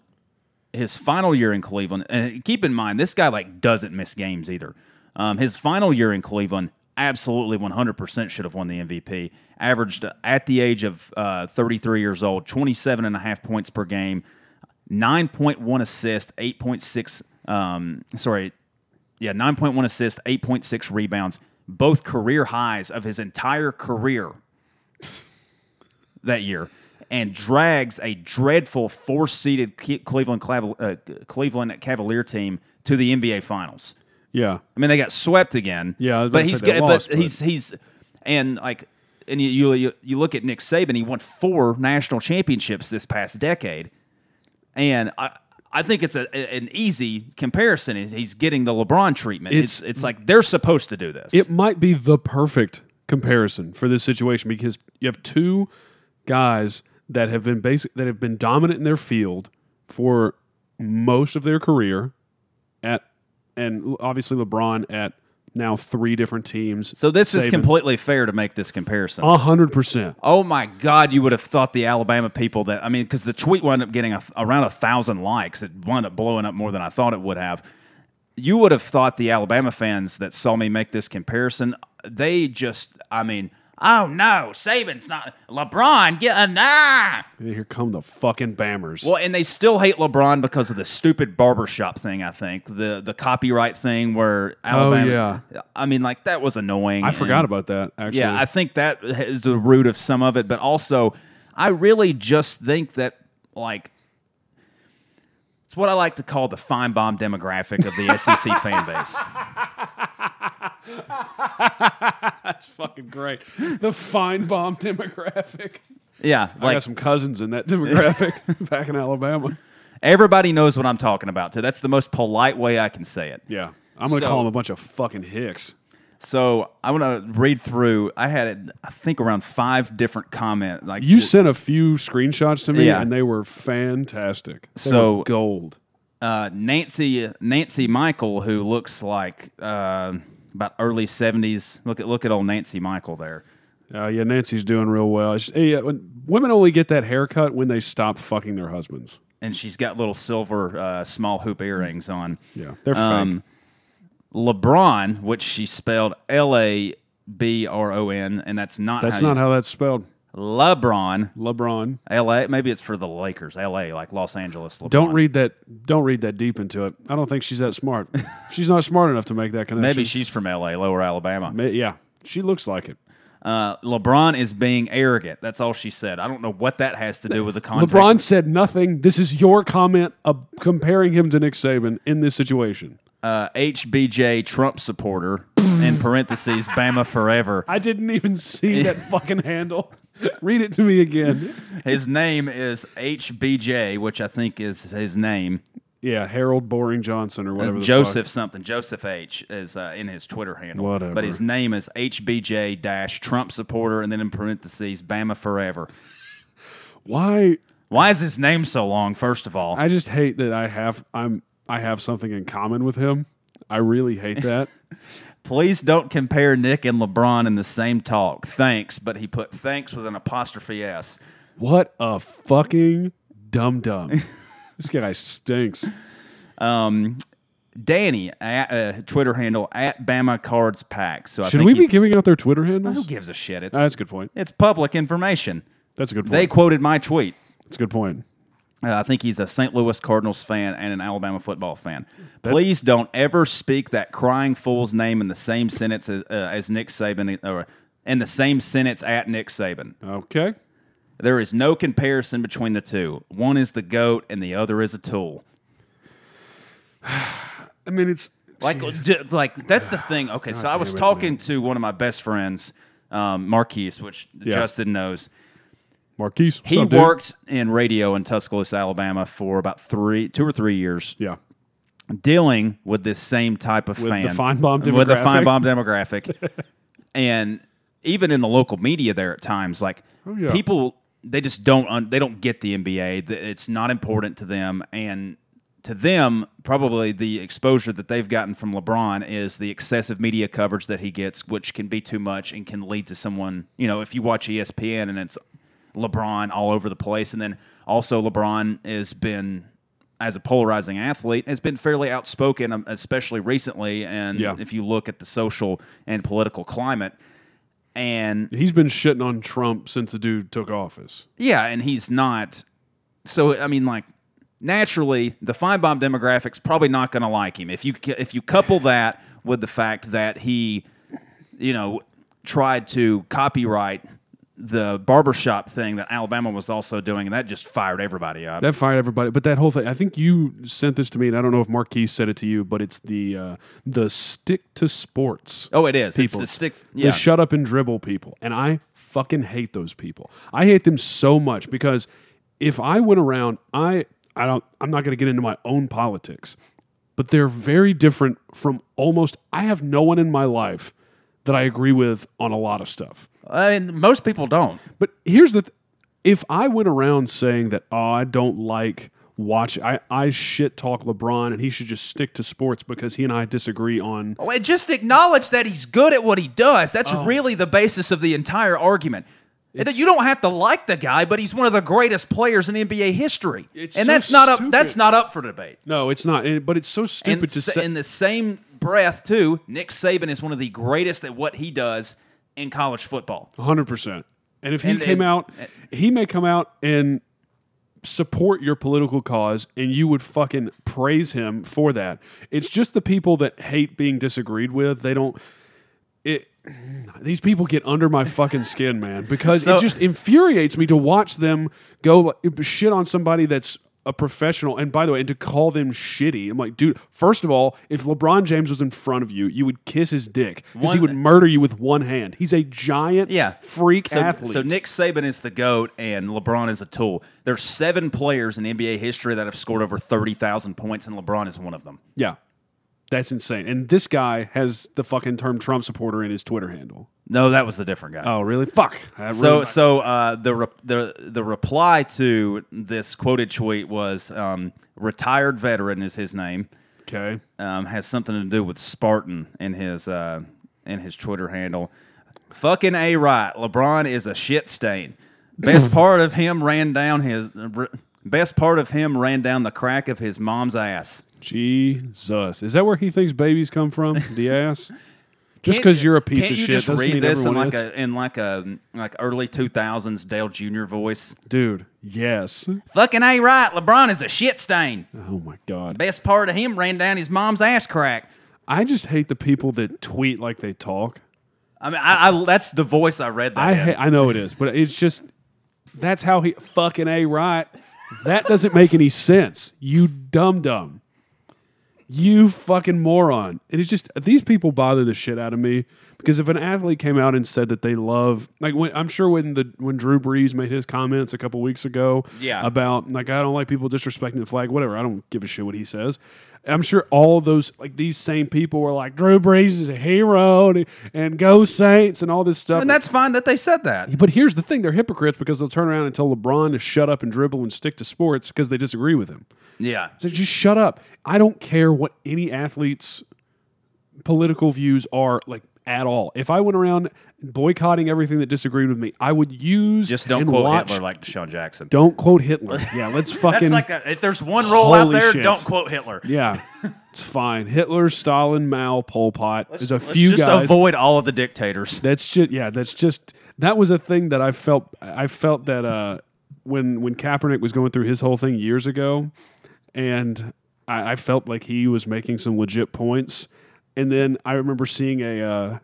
[SPEAKER 1] his final year in Cleveland, and keep in mind, this guy like doesn't miss games either. Um, his final year in Cleveland, absolutely 100% should have won the MVP. Averaged at the age of uh, 33 years old, 27 and a half points per game, 9.1 assists, 8.6, um, sorry, yeah, 9.1 assists, 8.6 rebounds, both career highs of his entire career that year and drags a dreadful four seeded Cleveland, Clav- uh, Cleveland Cavalier team to the NBA Finals.
[SPEAKER 2] Yeah.
[SPEAKER 1] I mean, they got swept again.
[SPEAKER 2] Yeah, I was about
[SPEAKER 1] but
[SPEAKER 2] to
[SPEAKER 1] he's
[SPEAKER 2] say they
[SPEAKER 1] got-
[SPEAKER 2] lost,
[SPEAKER 1] but
[SPEAKER 2] but-
[SPEAKER 1] he's he's and like and you, you you look at Nick Saban, he won four national championships this past decade, and I I think it's a an easy comparison. Is he's getting the LeBron treatment? It's
[SPEAKER 2] It's-
[SPEAKER 1] it's, like they're supposed to do this.
[SPEAKER 2] It might be the perfect comparison for this situation because you have two guys that have been basic that have been dominant in their field for most of their career at and obviously LeBron at now three different teams.
[SPEAKER 1] so this is
[SPEAKER 2] Saban.
[SPEAKER 1] completely fair to make this comparison.
[SPEAKER 2] a hundred percent.
[SPEAKER 1] Oh my God! You would have thought the Alabama people that I mean, because the tweet wound up getting a, around a thousand likes. It wound up blowing up more than I thought it would have. You would have thought the Alabama fans that saw me make this comparison, they just, I mean, oh no, Saban's not LeBron. Get a nah.
[SPEAKER 2] Here come the fucking bammers.
[SPEAKER 1] Well, and they still hate LeBron because of the stupid barbershop thing. I think the the copyright thing where Alabama. yeah. I mean, like that was annoying.
[SPEAKER 2] Oh, I
[SPEAKER 1] about.
[SPEAKER 2] forgot about that actually.
[SPEAKER 1] Yeah, I think that is the root of some of it, but also I really just think that like it's what I like to call the fine bomb demographic of the SEC fan base.
[SPEAKER 2] That's fucking great. The fine bomb demographic.
[SPEAKER 1] Yeah,
[SPEAKER 2] I
[SPEAKER 1] like
[SPEAKER 2] got some cousins in that demographic back in Alabama.
[SPEAKER 1] everybody knows what I'm talking about. Too. That's the most polite way I can say it.
[SPEAKER 2] Yeah. I'm going to
[SPEAKER 1] So-
[SPEAKER 2] call them a bunch of fucking hicks.
[SPEAKER 1] So I want to read through. I had I think around five different comment like
[SPEAKER 2] You sent a few screenshots to me
[SPEAKER 1] Yeah.
[SPEAKER 2] and they were fantastic. They
[SPEAKER 1] So-
[SPEAKER 2] were gold.
[SPEAKER 1] uh, Nancy Nancy Michael, who looks like uh, about early '70s. Look at look at old Nancy Michael there.
[SPEAKER 2] Uh, yeah, Nancy's doing real well. It's- hey, uh, when- women only get that haircut when they stop fucking their husbands.
[SPEAKER 1] and she's got little silver uh, small hoop earrings on.
[SPEAKER 2] Yeah, they're fake.
[SPEAKER 1] Um, LeBron, which she spelled L A B R O N, and that's not
[SPEAKER 2] That's
[SPEAKER 1] how
[SPEAKER 2] not how that's spelled.
[SPEAKER 1] you- LeBron
[SPEAKER 2] LeBron.
[SPEAKER 1] L A. Maybe it's for the Lakers, L A. Like Los Angeles. LeBron.
[SPEAKER 2] Don't read that. Don't read that deep into it. I don't think she's that smart. she's not smart enough to make that connection.
[SPEAKER 1] Maybe she's from L A. Lower Alabama.
[SPEAKER 2] Ma- yeah, she looks like it.
[SPEAKER 1] Uh, LeBron is being arrogant. That's all she said. I don't know what that has to do with the context.
[SPEAKER 2] LeBron said nothing. This is your comment uh, comparing him to Nick Saban in this situation.
[SPEAKER 1] uh, HBJ Trump supporter in parentheses Bama forever.
[SPEAKER 2] I didn't even see that fucking handle. Read it to me again.
[SPEAKER 1] His name is HBJ, which I think is his name.
[SPEAKER 2] Yeah, Harold Boring Johnson or whatever. the
[SPEAKER 1] Joseph something. Joseph H is uh, in his Twitter handle.
[SPEAKER 2] Whatever.
[SPEAKER 1] But his name is HBJ dash Trump supporter, and then in parentheses, Bama forever.
[SPEAKER 2] fuck. Why?
[SPEAKER 1] Why is his name so long? First of all,
[SPEAKER 2] I just hate that I have I'm I have something in common with him. I really hate that.
[SPEAKER 1] please don't compare Nick and LeBron in the same talk. Thanks, but he put thanks with an apostrophe s.
[SPEAKER 2] what a fucking dum dum. this guy stinks.
[SPEAKER 1] Um, Danny at uh, Twitter handle at Bama Cards Pack. So I
[SPEAKER 2] Should
[SPEAKER 1] think
[SPEAKER 2] we be
[SPEAKER 1] he's-
[SPEAKER 2] giving out their Twitter
[SPEAKER 1] who
[SPEAKER 2] handles?
[SPEAKER 1] gives a shit? It's
[SPEAKER 2] That's a good point.
[SPEAKER 1] it's public information.
[SPEAKER 2] That's a good point.
[SPEAKER 1] They quoted my tweet.
[SPEAKER 2] That's a good point.
[SPEAKER 1] Uh, I think he's a St. Louis Cardinals fan and an Alabama football fan. Please don't ever speak that crying fool's name in the same sentence as, uh, as Nick Saban, or in the same sentence at Nick Saban.
[SPEAKER 2] Okay.
[SPEAKER 1] There is no comparison between the two. One is the goat, and the other is a tool.
[SPEAKER 2] I mean, it's
[SPEAKER 1] Like, d- like that's the thing. Okay, so I was
[SPEAKER 2] damn it,
[SPEAKER 1] talking to one of my best friends, um, Marquise, which Justin knows.
[SPEAKER 2] Marquise. what's
[SPEAKER 1] He
[SPEAKER 2] up, dude?
[SPEAKER 1] worked in radio in Tuscaloosa, Alabama, for about three, two or three years.
[SPEAKER 2] Yeah.
[SPEAKER 1] dealing with this same type of fan,
[SPEAKER 2] the Feinbaum
[SPEAKER 1] with the
[SPEAKER 2] demographic.
[SPEAKER 1] Feinbaum demographic, and even in the local media there at times, like
[SPEAKER 2] Oh, yeah.
[SPEAKER 1] people they just don't un- they don't get the NBA. Th- It's not important to them, and to them, probably the exposure that they've gotten from LeBron is the excessive media coverage that he gets, which can be too much and can lead to someone. You know, if you watch E ESPN and it's LeBron all over the place, and then also LeBron has been as a polarizing athlete has been fairly outspoken, um, especially recently. And
[SPEAKER 2] Yeah.
[SPEAKER 1] if you look at the social and political climate. And
[SPEAKER 2] He's been shitting on Trump since the dude took office.
[SPEAKER 1] yeah, and he's not. So I mean, like naturally, the fine bomb demographic's probably not going to like him. If you if you couple that with the fact that he, you know, tried to copyright the barbershop thing that Alabama was also doing, and that just fired everybody up.
[SPEAKER 2] That fired everybody. But that whole thing, I think you sent this to me, and I don't know if Marquis said it to you, but it's the uh, the stick to sports.
[SPEAKER 1] oh, it is.
[SPEAKER 2] people.
[SPEAKER 1] It's the sticks.
[SPEAKER 2] the
[SPEAKER 1] Yeah,
[SPEAKER 2] shut up and dribble people. And I fucking hate those people. I hate them so much because if I went around, I I don't I'm not going to get into my own politics. But they're very different from almost I have no one in my life that I agree with on a lot of stuff.
[SPEAKER 1] I mean, most people don't.
[SPEAKER 2] But here's the th- if I went around saying that, oh, I don't like watch I, I shit talk LeBron and he should just stick to sports because he and I disagree on
[SPEAKER 1] Well, Oh, just acknowledge that he's good at what he does. That's
[SPEAKER 2] Oh.
[SPEAKER 1] really the basis of the entire argument. And you don't have to like the guy, but he's one of the greatest players in NBA history,
[SPEAKER 2] It's
[SPEAKER 1] and
[SPEAKER 2] so
[SPEAKER 1] that's not up.
[SPEAKER 2] stupid.
[SPEAKER 1] That's not up for debate.
[SPEAKER 2] No, it's not. And- But it's so stupid
[SPEAKER 1] And
[SPEAKER 2] to
[SPEAKER 1] s-
[SPEAKER 2] say
[SPEAKER 1] in the same breath, too, Nick Saban is one of the greatest at what he does in college football.
[SPEAKER 2] hundred percent. And if he
[SPEAKER 1] And-
[SPEAKER 2] came
[SPEAKER 1] and-
[SPEAKER 2] out, he may come out and support your political cause, and you would fucking praise him for that. It's just the people that hate being disagreed with. They don't. It. These people get under my fucking skin, man, because
[SPEAKER 1] So-
[SPEAKER 2] it just infuriates me to watch them go like, shit on somebody that's a professional. And by the way, and to call them shitty, I'm like, dude. First of all, if LeBron James was in front of you, you would kiss his dick because he
[SPEAKER 1] One-
[SPEAKER 2] would murder you with one hand. He's a giant
[SPEAKER 1] Yeah.
[SPEAKER 2] freak
[SPEAKER 1] So,
[SPEAKER 2] athlete.
[SPEAKER 1] so Nick Saban is the goat, and LeBron is a tool. There's seven players in NBA history that have scored over thirty thousand points, and LeBron is one of them.
[SPEAKER 2] yeah. That's insane. And this guy has the fucking term Trump supporter in his Twitter handle.
[SPEAKER 1] No, that was a different guy.
[SPEAKER 2] Oh, really? Fuck. That
[SPEAKER 1] So
[SPEAKER 2] ruined
[SPEAKER 1] so uh, the re- the the reply to this quoted tweet was um, retired veteran is his name
[SPEAKER 2] my- okay.
[SPEAKER 1] um, has something to do with Spartan in his uh, in his Twitter handle. Fucking a right, LeBron is a shit stain. Best part of him ran down his. r- Best part of him ran down the crack of his mom's ass.
[SPEAKER 2] Jesus. Is that where he thinks babies come from? The ass? Just because you're a piece
[SPEAKER 1] Can't
[SPEAKER 2] of
[SPEAKER 1] you
[SPEAKER 2] shit
[SPEAKER 1] just
[SPEAKER 2] doesn't
[SPEAKER 1] read
[SPEAKER 2] mean
[SPEAKER 1] this in
[SPEAKER 2] everyone
[SPEAKER 1] like
[SPEAKER 2] is.
[SPEAKER 1] a in like a like early two thousands Dale Jr. voice?
[SPEAKER 2] Dude, yes.
[SPEAKER 1] Fucking a right, LeBron is a shit stain.
[SPEAKER 2] Oh my God.
[SPEAKER 1] Best part of him ran down his mom's ass crack.
[SPEAKER 2] I just hate the people that tweet like they talk.
[SPEAKER 1] I mean, I, I that's the voice I read that.
[SPEAKER 2] I
[SPEAKER 1] in.
[SPEAKER 2] ha- I know it is, but it's just that's how he fucking a right. That doesn't make any sense. You dumb dumb. You fucking moron. And it's just these people bother the shit out of me because if an athlete came out and said that they love like when I'm sure when the when Drew Brees made his comments a couple weeks ago
[SPEAKER 1] Yeah.
[SPEAKER 2] about like I don't like people disrespecting the flag, whatever. I don't give a shit what he says. I'm sure all those like these same people were like Drew Brees is a hero and, and go Saints and all this stuff.
[SPEAKER 1] and that's fine that they said that.
[SPEAKER 2] But here's the thing: they're hypocrites because they'll turn around and tell LeBron to shut up and dribble and stick to sports because they disagree with him.
[SPEAKER 1] Yeah,
[SPEAKER 2] So just shut up. I don't care what any athlete's political views are like at all. If I went around boycotting everything that disagreed with me, I would use
[SPEAKER 1] just don't
[SPEAKER 2] and
[SPEAKER 1] quote
[SPEAKER 2] watch-
[SPEAKER 1] Hitler like Deshaun Jackson.
[SPEAKER 2] Don't quote Hitler. Yeah, let's fucking
[SPEAKER 1] That's like a, if there's one role out
[SPEAKER 2] Holy
[SPEAKER 1] there,
[SPEAKER 2] shit.
[SPEAKER 1] don't quote Hitler.
[SPEAKER 2] yeah. It's fine. Hitler, Stalin, Mao, Pol Pot. There's a
[SPEAKER 1] Let's
[SPEAKER 2] few
[SPEAKER 1] just
[SPEAKER 2] guys.
[SPEAKER 1] avoid all of the dictators.
[SPEAKER 2] That's just yeah. That's just that was a thing that I felt. I felt that uh, when when Kaepernick was going through his whole thing years ago, and I, I felt like he was making some legit points. And then I remember seeing a uh,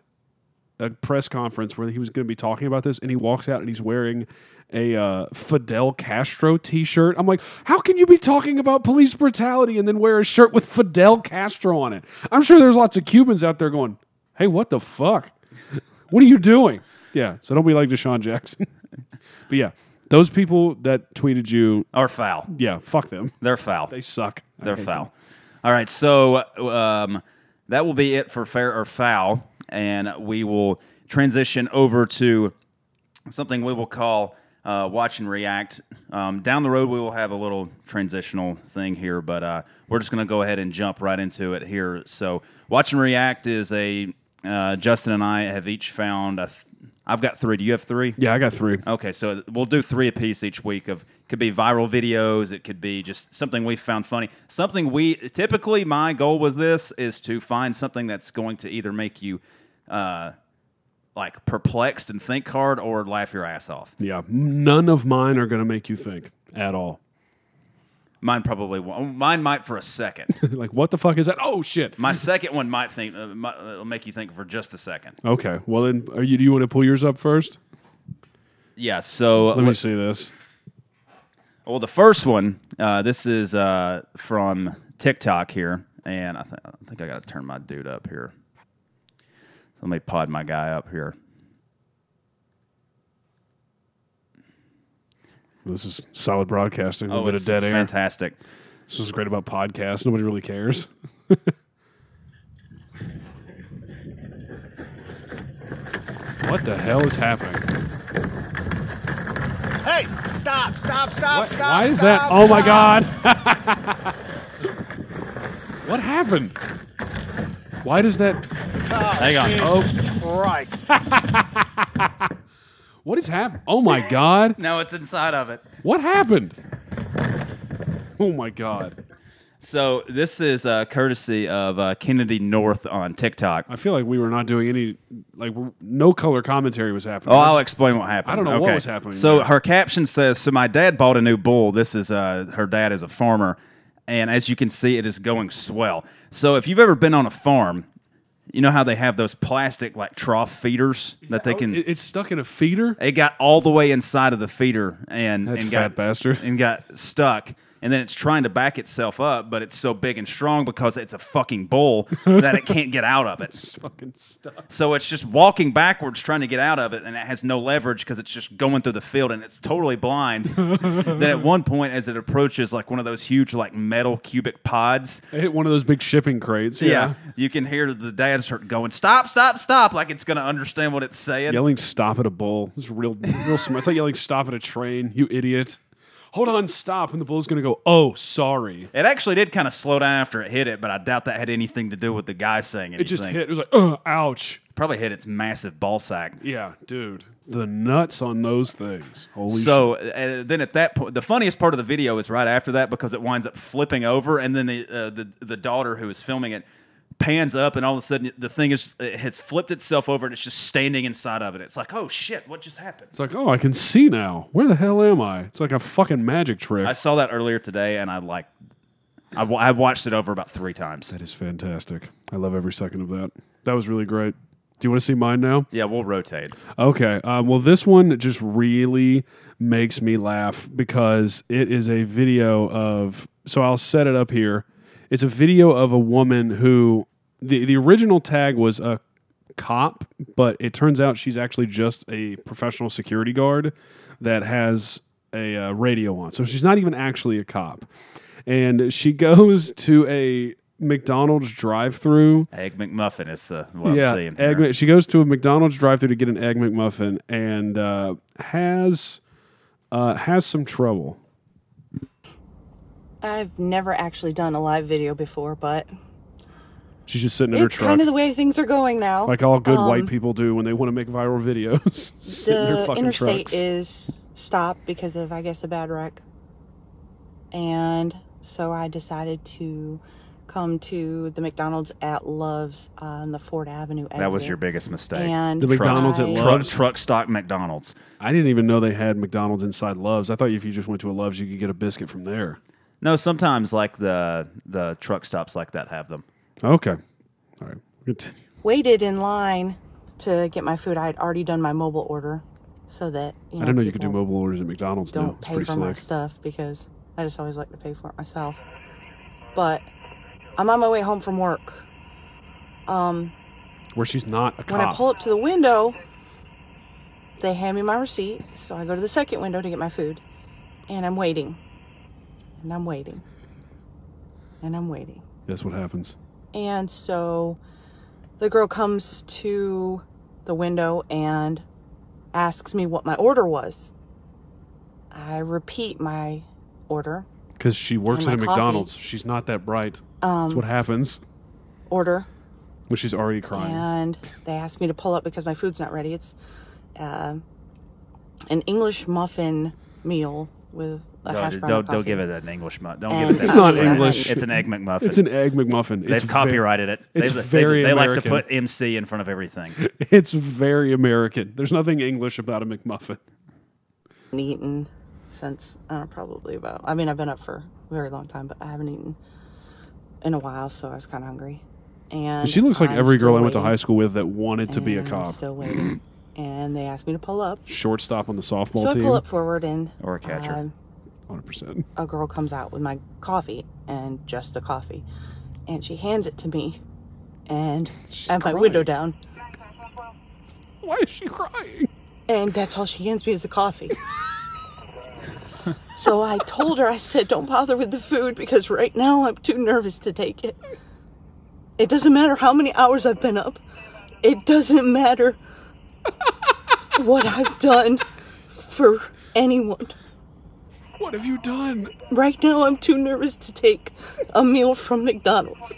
[SPEAKER 2] a press conference where he was going to be talking about this, and he walks out and he's wearing a uh, Fidel Castro T-shirt. I'm like, how can you be talking about police brutality and then wear a shirt with Fidel Castro on it? I'm sure there's lots of Cubans out there going, "Hey, what the fuck? What are you doing?" Yeah, so don't be like Deshaun Jackson. but yeah, those people that tweeted you,
[SPEAKER 1] Are foul.
[SPEAKER 2] yeah, fuck them.
[SPEAKER 1] They're foul.
[SPEAKER 2] They suck. I
[SPEAKER 1] They're
[SPEAKER 2] hate
[SPEAKER 1] foul. All right, so um, that will be it for fair or foul, and we will transition over to something we will call uh, watch and react. Um, down the road, we will have a little transitional thing here, but uh, we're just going to go ahead and jump right into it here. So, watch and react is a uh, Justin and I have each found. A th- I've got three. Do you have three?
[SPEAKER 2] Yeah, I got three.
[SPEAKER 1] Okay, so we'll do three a piece each week of could be viral videos, it could be just something we found funny. Something we typically my goal was this is to find something that's going to either make you uh like perplexed and think hard or laugh your ass off.
[SPEAKER 2] Yeah, none of mine are going to make you think at all.
[SPEAKER 1] Mine probably won't. Mine might for a second.
[SPEAKER 2] like, what the fuck is that? Oh shit.
[SPEAKER 1] My second one might think uh, might, uh, make you think for just a second.
[SPEAKER 2] Okay. Well, then, are you? Do you want to pull yours up first?
[SPEAKER 1] Yeah. So
[SPEAKER 2] Let me see this.
[SPEAKER 1] Well, the first one, uh, this is uh, from TikTok here, and I, th- I think I got to turn my dude up here. So let me pod my guy up here.
[SPEAKER 2] This is solid broadcasting. A little bit
[SPEAKER 1] Oh, it's,
[SPEAKER 2] of dead
[SPEAKER 1] it's
[SPEAKER 2] air.
[SPEAKER 1] fantastic.
[SPEAKER 2] This is great about podcasts. Nobody really cares. what the hell is happening?
[SPEAKER 3] Hey, stop, stop, stop,
[SPEAKER 2] What-
[SPEAKER 3] stop.
[SPEAKER 2] why is that?
[SPEAKER 3] stop,
[SPEAKER 2] Oh my
[SPEAKER 3] stop.
[SPEAKER 2] god! what happened? Why does that? Oh.
[SPEAKER 1] Hang on. Oh,
[SPEAKER 3] Jesus Christ. All
[SPEAKER 2] What is happening? Oh my god!
[SPEAKER 1] No, it's inside of it.
[SPEAKER 2] What happened? Oh my god!
[SPEAKER 1] So this is uh, courtesy of uh, Kennedy North on TikTok.
[SPEAKER 2] I feel like we were not doing any like we're- no color commentary was happening.
[SPEAKER 1] Oh, I'll explain what happened.
[SPEAKER 2] I don't know what
[SPEAKER 1] Okay.
[SPEAKER 2] was happening
[SPEAKER 1] So
[SPEAKER 2] there.
[SPEAKER 1] her caption says, "So my dad bought a new bull. This is uh, her dad is a farmer, and as you can see, it is going swell. So if you've ever been on a farm, you know how they have those plastic like trough feeders that they can.
[SPEAKER 2] Oh, It- it's stuck in a feeder.
[SPEAKER 1] it got all the way inside of the feeder and
[SPEAKER 2] That
[SPEAKER 1] and
[SPEAKER 2] fat
[SPEAKER 1] got
[SPEAKER 2] bastard.
[SPEAKER 1] and got stuck. And then it's trying to back itself up, but it's so big and strong because it's a fucking bull that it can't get out of it.
[SPEAKER 2] It's fucking stuck.
[SPEAKER 1] So it's just walking backwards trying to get out of it, and it has no leverage because it's just going through the field and it's totally blind. then at one point, as it approaches like one of those huge like metal cubic pods,
[SPEAKER 2] I hit one of those big shipping crates. Yeah.
[SPEAKER 1] you can hear the dad start going stop, stop, stop, like it's gonna understand what it's saying.
[SPEAKER 2] Yelling stop at a bull. It's real, real smart. It's like yelling stop at a train. You idiot. Hold on, stop. And the bull's going to go, oh, sorry.
[SPEAKER 1] It actually did kind of slow down after it hit it, but I doubt that had anything to do with the guy saying anything.
[SPEAKER 2] It just hit. It was like, oh, ouch.
[SPEAKER 1] Probably hit its massive ball sack.
[SPEAKER 2] Yeah, dude. The nuts on those things. Holy shit.
[SPEAKER 1] So uh, then at that point, the funniest part of the video is right after that because it winds up flipping over, and then the uh, the, the daughter who is filming it pans up, and all of a sudden the thing is it has flipped itself over, and it's just standing inside of it. It's like, oh shit, what just happened?
[SPEAKER 2] It's like, oh, I can see now. Where the hell am I? It's like a fucking magic trick.
[SPEAKER 1] I saw that earlier today, and I like, I, w- I watched it over about three times.
[SPEAKER 2] that is fantastic. I love every second of that. That was really great. Do you want to see mine now?
[SPEAKER 1] Yeah, we'll rotate.
[SPEAKER 2] Okay. Um, well, this one just really makes me laugh because it is a video of. So I'll set it up here. It's a video of a woman who the the original tag was a cop, but it turns out she's actually just a professional security guard that has a uh, radio on. So she's not even actually a cop, and she goes to a McDonald's drive-through
[SPEAKER 1] Egg McMuffin is uh, what I'm seeing.
[SPEAKER 2] egg.
[SPEAKER 1] here.
[SPEAKER 2] Mc- She goes to a McDonald's drive-through to get an egg McMuffin and uh, has uh, has some trouble.
[SPEAKER 4] I've never actually done a live video before, but
[SPEAKER 2] She's just sitting in
[SPEAKER 4] it's
[SPEAKER 2] her truck,
[SPEAKER 4] kind of the way things are going now.
[SPEAKER 2] like all good
[SPEAKER 4] Um,
[SPEAKER 2] white people do when they want to make viral videos. Sit in their
[SPEAKER 4] The
[SPEAKER 2] fucking
[SPEAKER 4] interstate
[SPEAKER 2] trucks.
[SPEAKER 4] is stopped because of, I guess, a bad wreck, and so I decided to come to the McDonald's at Love's on the Ford Avenue exit.
[SPEAKER 1] that was your biggest mistake.
[SPEAKER 4] and
[SPEAKER 2] The McDonald's at
[SPEAKER 4] I-
[SPEAKER 2] Love's?
[SPEAKER 1] Truck, truck stock McDonald's.
[SPEAKER 2] I didn't even know they had McDonald's inside Loves. I thought if you just went to a Loves, you could get a biscuit from there.
[SPEAKER 1] No, sometimes like the the truck stops like that have them.
[SPEAKER 2] Okay, all right, continue.
[SPEAKER 4] waited in line to get my food. I had already done my mobile order, so that you know,
[SPEAKER 2] I didn't know you could do
[SPEAKER 4] people
[SPEAKER 2] mobile orders at McDonald's.
[SPEAKER 4] don't
[SPEAKER 2] now. It's
[SPEAKER 4] pay
[SPEAKER 2] pretty
[SPEAKER 4] for my
[SPEAKER 2] slick.
[SPEAKER 4] stuff because I just always like to pay for it myself. But I'm on my way home from work. Um,
[SPEAKER 2] Where she's not a cop.
[SPEAKER 4] when I pull up to the window, they hand me my receipt, so I go to the second window to get my food, and I'm waiting, and I'm waiting, and I'm waiting.
[SPEAKER 2] That's what happens.
[SPEAKER 4] And so the girl comes to the window and asks me what my order was. I repeat my order.
[SPEAKER 2] because she works at
[SPEAKER 4] And
[SPEAKER 2] a
[SPEAKER 4] my coffee. Um,
[SPEAKER 2] McDonald's. She's not that bright. That's what happens
[SPEAKER 4] Order.
[SPEAKER 2] when she's already crying.
[SPEAKER 4] and they asked me to pull up because my food's not ready. It's uh, an English muffin meal with a hash
[SPEAKER 1] Don't,
[SPEAKER 4] brown.
[SPEAKER 1] don't,
[SPEAKER 4] and
[SPEAKER 1] don't give
[SPEAKER 4] coffee.
[SPEAKER 1] it an English muffin. Don't
[SPEAKER 4] And
[SPEAKER 1] give it.
[SPEAKER 4] It's
[SPEAKER 1] that
[SPEAKER 2] not
[SPEAKER 1] English muffin.
[SPEAKER 2] English.
[SPEAKER 1] It's an egg McMuffin.
[SPEAKER 2] It's an egg McMuffin.
[SPEAKER 1] They've
[SPEAKER 2] it's ve-
[SPEAKER 1] copyrighted it.
[SPEAKER 2] it's
[SPEAKER 1] They've-
[SPEAKER 2] very
[SPEAKER 1] They, they like to
[SPEAKER 2] American.
[SPEAKER 1] put MC in front of everything.
[SPEAKER 2] it's very American. There's nothing English about a McMuffin.
[SPEAKER 4] haven't eaten since I don't know, probably about. I mean, I've been up for a very long time, but I haven't eaten in a while, so I was kind of hungry. And
[SPEAKER 2] She looks like
[SPEAKER 4] I'm
[SPEAKER 2] every girl
[SPEAKER 4] still
[SPEAKER 2] I went to
[SPEAKER 4] waiting,
[SPEAKER 2] high school with that wanted to be a
[SPEAKER 4] and I'm
[SPEAKER 2] cop.
[SPEAKER 4] Still waiting, and they asked me to pull up.
[SPEAKER 2] Shortstop on the softball
[SPEAKER 4] So I
[SPEAKER 2] team.
[SPEAKER 4] pull up forward, and
[SPEAKER 1] Or a catcher.
[SPEAKER 4] um,
[SPEAKER 2] 100%.
[SPEAKER 4] a girl comes out with my coffee and just the coffee, and she hands it to me, and I have my
[SPEAKER 2] crying.
[SPEAKER 4] window down,
[SPEAKER 2] Why is she crying?
[SPEAKER 4] and that's all she hands me is the coffee. so I told her, I said, don't bother with the food because right now I'm too nervous to take it. It doesn't matter how many hours I've been up. It doesn't matter what I've done for anyone.
[SPEAKER 2] What have you done?
[SPEAKER 4] Right now I'm too nervous to take a meal from McDonald's.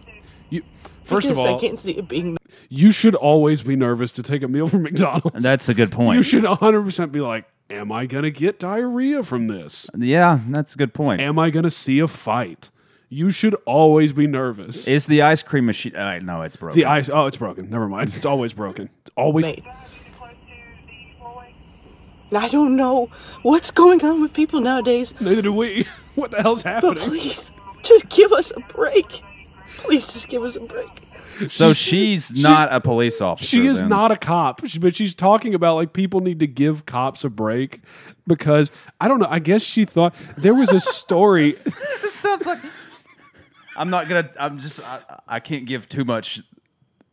[SPEAKER 2] You, first of
[SPEAKER 4] because
[SPEAKER 2] all,
[SPEAKER 4] I can't see it being
[SPEAKER 2] you should always be nervous to take a meal from McDonald's.
[SPEAKER 1] That's a good
[SPEAKER 2] you
[SPEAKER 1] point.
[SPEAKER 2] should 100% be like, am I going to get diarrhea from this?
[SPEAKER 1] yeah, that's a good point.
[SPEAKER 2] Am I going to see a fight? You should always be nervous.
[SPEAKER 1] Is the ice cream machine? Uh, no, it's broken.
[SPEAKER 2] the ice. Oh, it's broken. Never mind. It's always broken. It's always.
[SPEAKER 4] made.
[SPEAKER 5] close to the four-way?
[SPEAKER 4] I don't know what's going on with people nowadays,
[SPEAKER 2] Neither do we. What the hell's
[SPEAKER 4] but
[SPEAKER 2] happening?
[SPEAKER 4] please, just give us a break. Please, just give us a break.
[SPEAKER 1] so she's, not a police officer.
[SPEAKER 2] She is
[SPEAKER 1] then.
[SPEAKER 2] not a cop, but she's talking about like people need to give cops a break because I don't know. I guess she thought there was a story.
[SPEAKER 1] sounds like I'm not gonna. I'm just. I, I can't give too much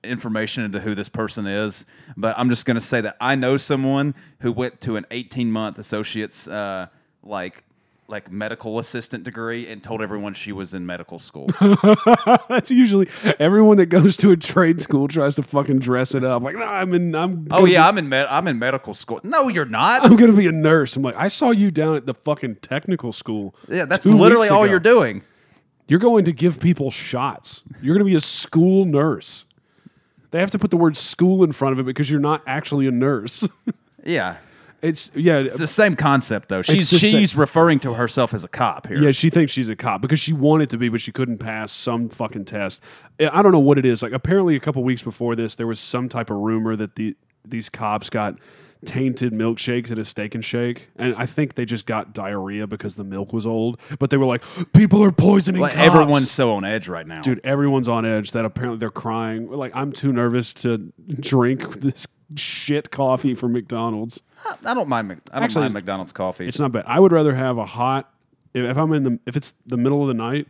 [SPEAKER 1] information into who this person is, but I'm just gonna say that I know someone who went to an 18 month associate's uh, like like medical assistant degree and told everyone she was in medical school.
[SPEAKER 2] That's usually everyone that goes to a trade school tries to fucking dress it up. Like, no, I'm in. I'm.
[SPEAKER 1] oh
[SPEAKER 2] gonna
[SPEAKER 1] yeah,
[SPEAKER 2] be-
[SPEAKER 1] I'm in med. I'm in medical school. No, you're not.
[SPEAKER 2] I'm gonna be a nurse. I'm like, I saw you down at the fucking technical school.
[SPEAKER 1] Yeah, that's
[SPEAKER 2] two
[SPEAKER 1] literally
[SPEAKER 2] weeks
[SPEAKER 1] all
[SPEAKER 2] ago.
[SPEAKER 1] you're doing.
[SPEAKER 2] You're going to give people shots. You're going to be a school nurse. They have to put the word "school" in front of it because you're not actually a nurse.
[SPEAKER 1] Yeah.
[SPEAKER 2] It's yeah,
[SPEAKER 1] It's the same concept though. She's
[SPEAKER 2] the same-
[SPEAKER 1] she's referring to herself as a cop here.
[SPEAKER 2] Yeah, she thinks she's a cop because she wanted to be, but she couldn't pass some fucking test. I I don't know what it is. Like apparently, a couple weeks before this, there was some type of rumor that the these cops got tainted milkshakes at a steak and shake, and I think they just got diarrhea because the milk was old. But they were like, people are poisoning.
[SPEAKER 1] Like,
[SPEAKER 2] cops."
[SPEAKER 1] everyone's so on edge right now.
[SPEAKER 2] dude, everyone's on edge. That apparently they're crying. We're Like I'm too nervous to drink this shit coffee from McDonald's.
[SPEAKER 1] I don't mind. Mc- I don't
[SPEAKER 2] Actually,
[SPEAKER 1] mind McDonald's coffee.
[SPEAKER 2] It's not bad. I would rather have a hot if, if I'm in the if it's the middle of the night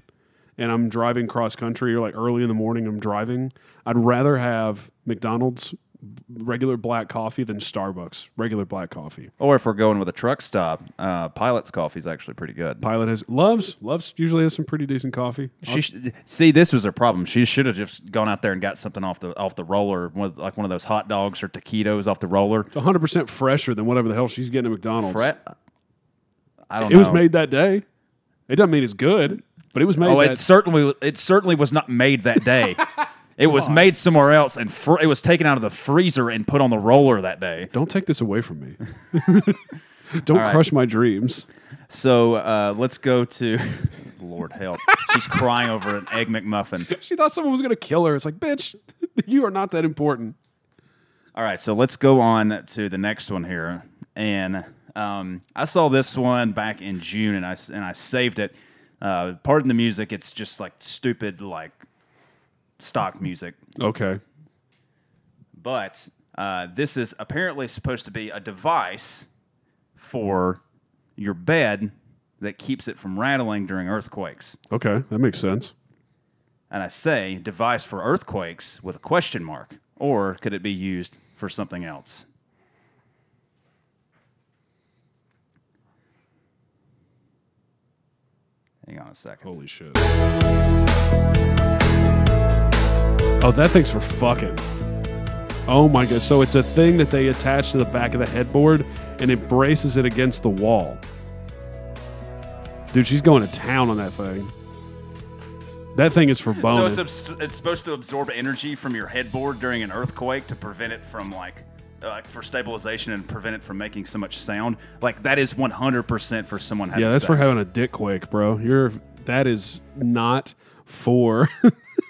[SPEAKER 2] and I'm driving cross country or like early in the morning I'm driving, I'd rather have McDonald's regular black coffee than Starbucks regular black coffee.
[SPEAKER 1] Or if we're going with a truck stop, uh, Pilot's coffee is actually pretty good.
[SPEAKER 2] Pilot has loves loves usually has some pretty decent coffee.
[SPEAKER 1] She sh- see, this was her problem. She should have just gone out there and got something off the off the roller, with, like one of those hot dogs or taquitos off the roller.
[SPEAKER 2] 100% fresher than whatever the hell she's getting at McDonald's.
[SPEAKER 1] Fret. I don't
[SPEAKER 2] it
[SPEAKER 1] know.
[SPEAKER 2] was made that day. It doesn't mean it's good, but it was made
[SPEAKER 1] Oh,
[SPEAKER 2] that
[SPEAKER 1] it certainly it certainly was not made that day. it was made somewhere else, and fr- it was taken out of the freezer and put on the roller that day.
[SPEAKER 2] Don't take this away from me. Don't
[SPEAKER 1] right.
[SPEAKER 2] crush my dreams.
[SPEAKER 1] So uh, let's go to. Lord help! She's crying over an egg McMuffin.
[SPEAKER 2] She thought someone was going to kill her. It's like, bitch, you are not that important.
[SPEAKER 1] All right, so let's go on to the next one here, and um, I saw this one back in June, and I s- and I saved it. Uh, pardon the music; it's just like stupid, like stock music.
[SPEAKER 2] Okay.
[SPEAKER 1] But uh, this is apparently supposed to be a device for your bed that keeps it from rattling during earthquakes.
[SPEAKER 2] Okay. That makes sense.
[SPEAKER 1] And I say device for earthquakes with a question mark, or could it be used for something else? Hang on a second.
[SPEAKER 2] Holy shit. Oh, that thing's for fucking. Oh my god. So it's a thing that they attach to the back of the headboard and it braces it against the wall. Dude, she's going to town on that thing. That thing Oh, is for
[SPEAKER 1] So
[SPEAKER 2] boning.
[SPEAKER 1] it's, abs- it's supposed to absorb energy from your headboard during an earthquake to prevent it from like uh, like for stabilization and prevent it from making so much sound. Like that is 100% for someone having
[SPEAKER 2] yeah, that's
[SPEAKER 1] sex.
[SPEAKER 2] for having a dick quake, bro. You're that is not for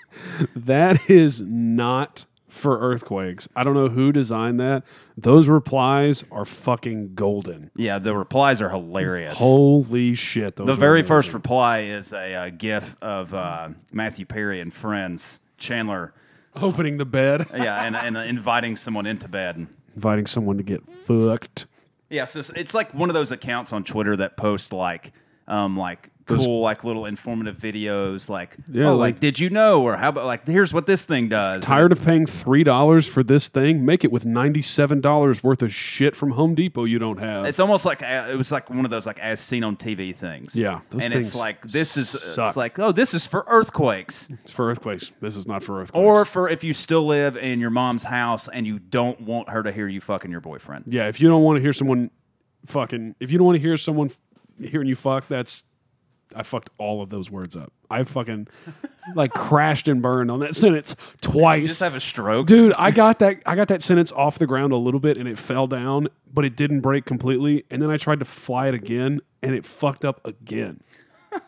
[SPEAKER 2] that is not for earthquakes. I don't know who designed that. Those replies are fucking golden.
[SPEAKER 1] Yeah, the replies are hilarious.
[SPEAKER 2] Holy shit! Those
[SPEAKER 1] the
[SPEAKER 2] were
[SPEAKER 1] very
[SPEAKER 2] amazing.
[SPEAKER 1] first reply is a uh, gif of uh, Matthew Perry and friends Chandler
[SPEAKER 2] opening the bed,
[SPEAKER 1] yeah, and, and inviting someone into bed.
[SPEAKER 2] inviting someone to get fucked.
[SPEAKER 1] Yeah, so it's, it's like one of those accounts on Twitter that post like, um, like cool, like little informative videos, like,
[SPEAKER 2] Yeah,
[SPEAKER 1] oh, like,
[SPEAKER 2] like-
[SPEAKER 1] did you know, or how about like, here's what this thing does.
[SPEAKER 2] Tired of paying three dollars for this thing? Make it with ninety-seven dollars worth of shit from Home Depot you don't have.
[SPEAKER 1] It's almost like uh, it was like one of those like as seen on TV things.
[SPEAKER 2] Yeah, those
[SPEAKER 1] and
[SPEAKER 2] things
[SPEAKER 1] it's like this is
[SPEAKER 2] suck.
[SPEAKER 1] it's like oh this is for earthquakes
[SPEAKER 2] It's for earthquakes. This is not for earthquakes.
[SPEAKER 1] or for if you still live in your mom's house and you don't want her to hear you fucking your boyfriend.
[SPEAKER 2] yeah, if you don't want to hear someone fucking, if you don't want to hear someone f- hearing you fuck, that's I fucked all of those words up. I fucking like crashed and burned on that sentence
[SPEAKER 1] You just
[SPEAKER 2] twice.
[SPEAKER 1] have a stroke.
[SPEAKER 2] Dude, I got that I got that sentence off the ground a little bit and it fell down, but it didn't break completely. And then I tried to fly it again and it fucked up again. this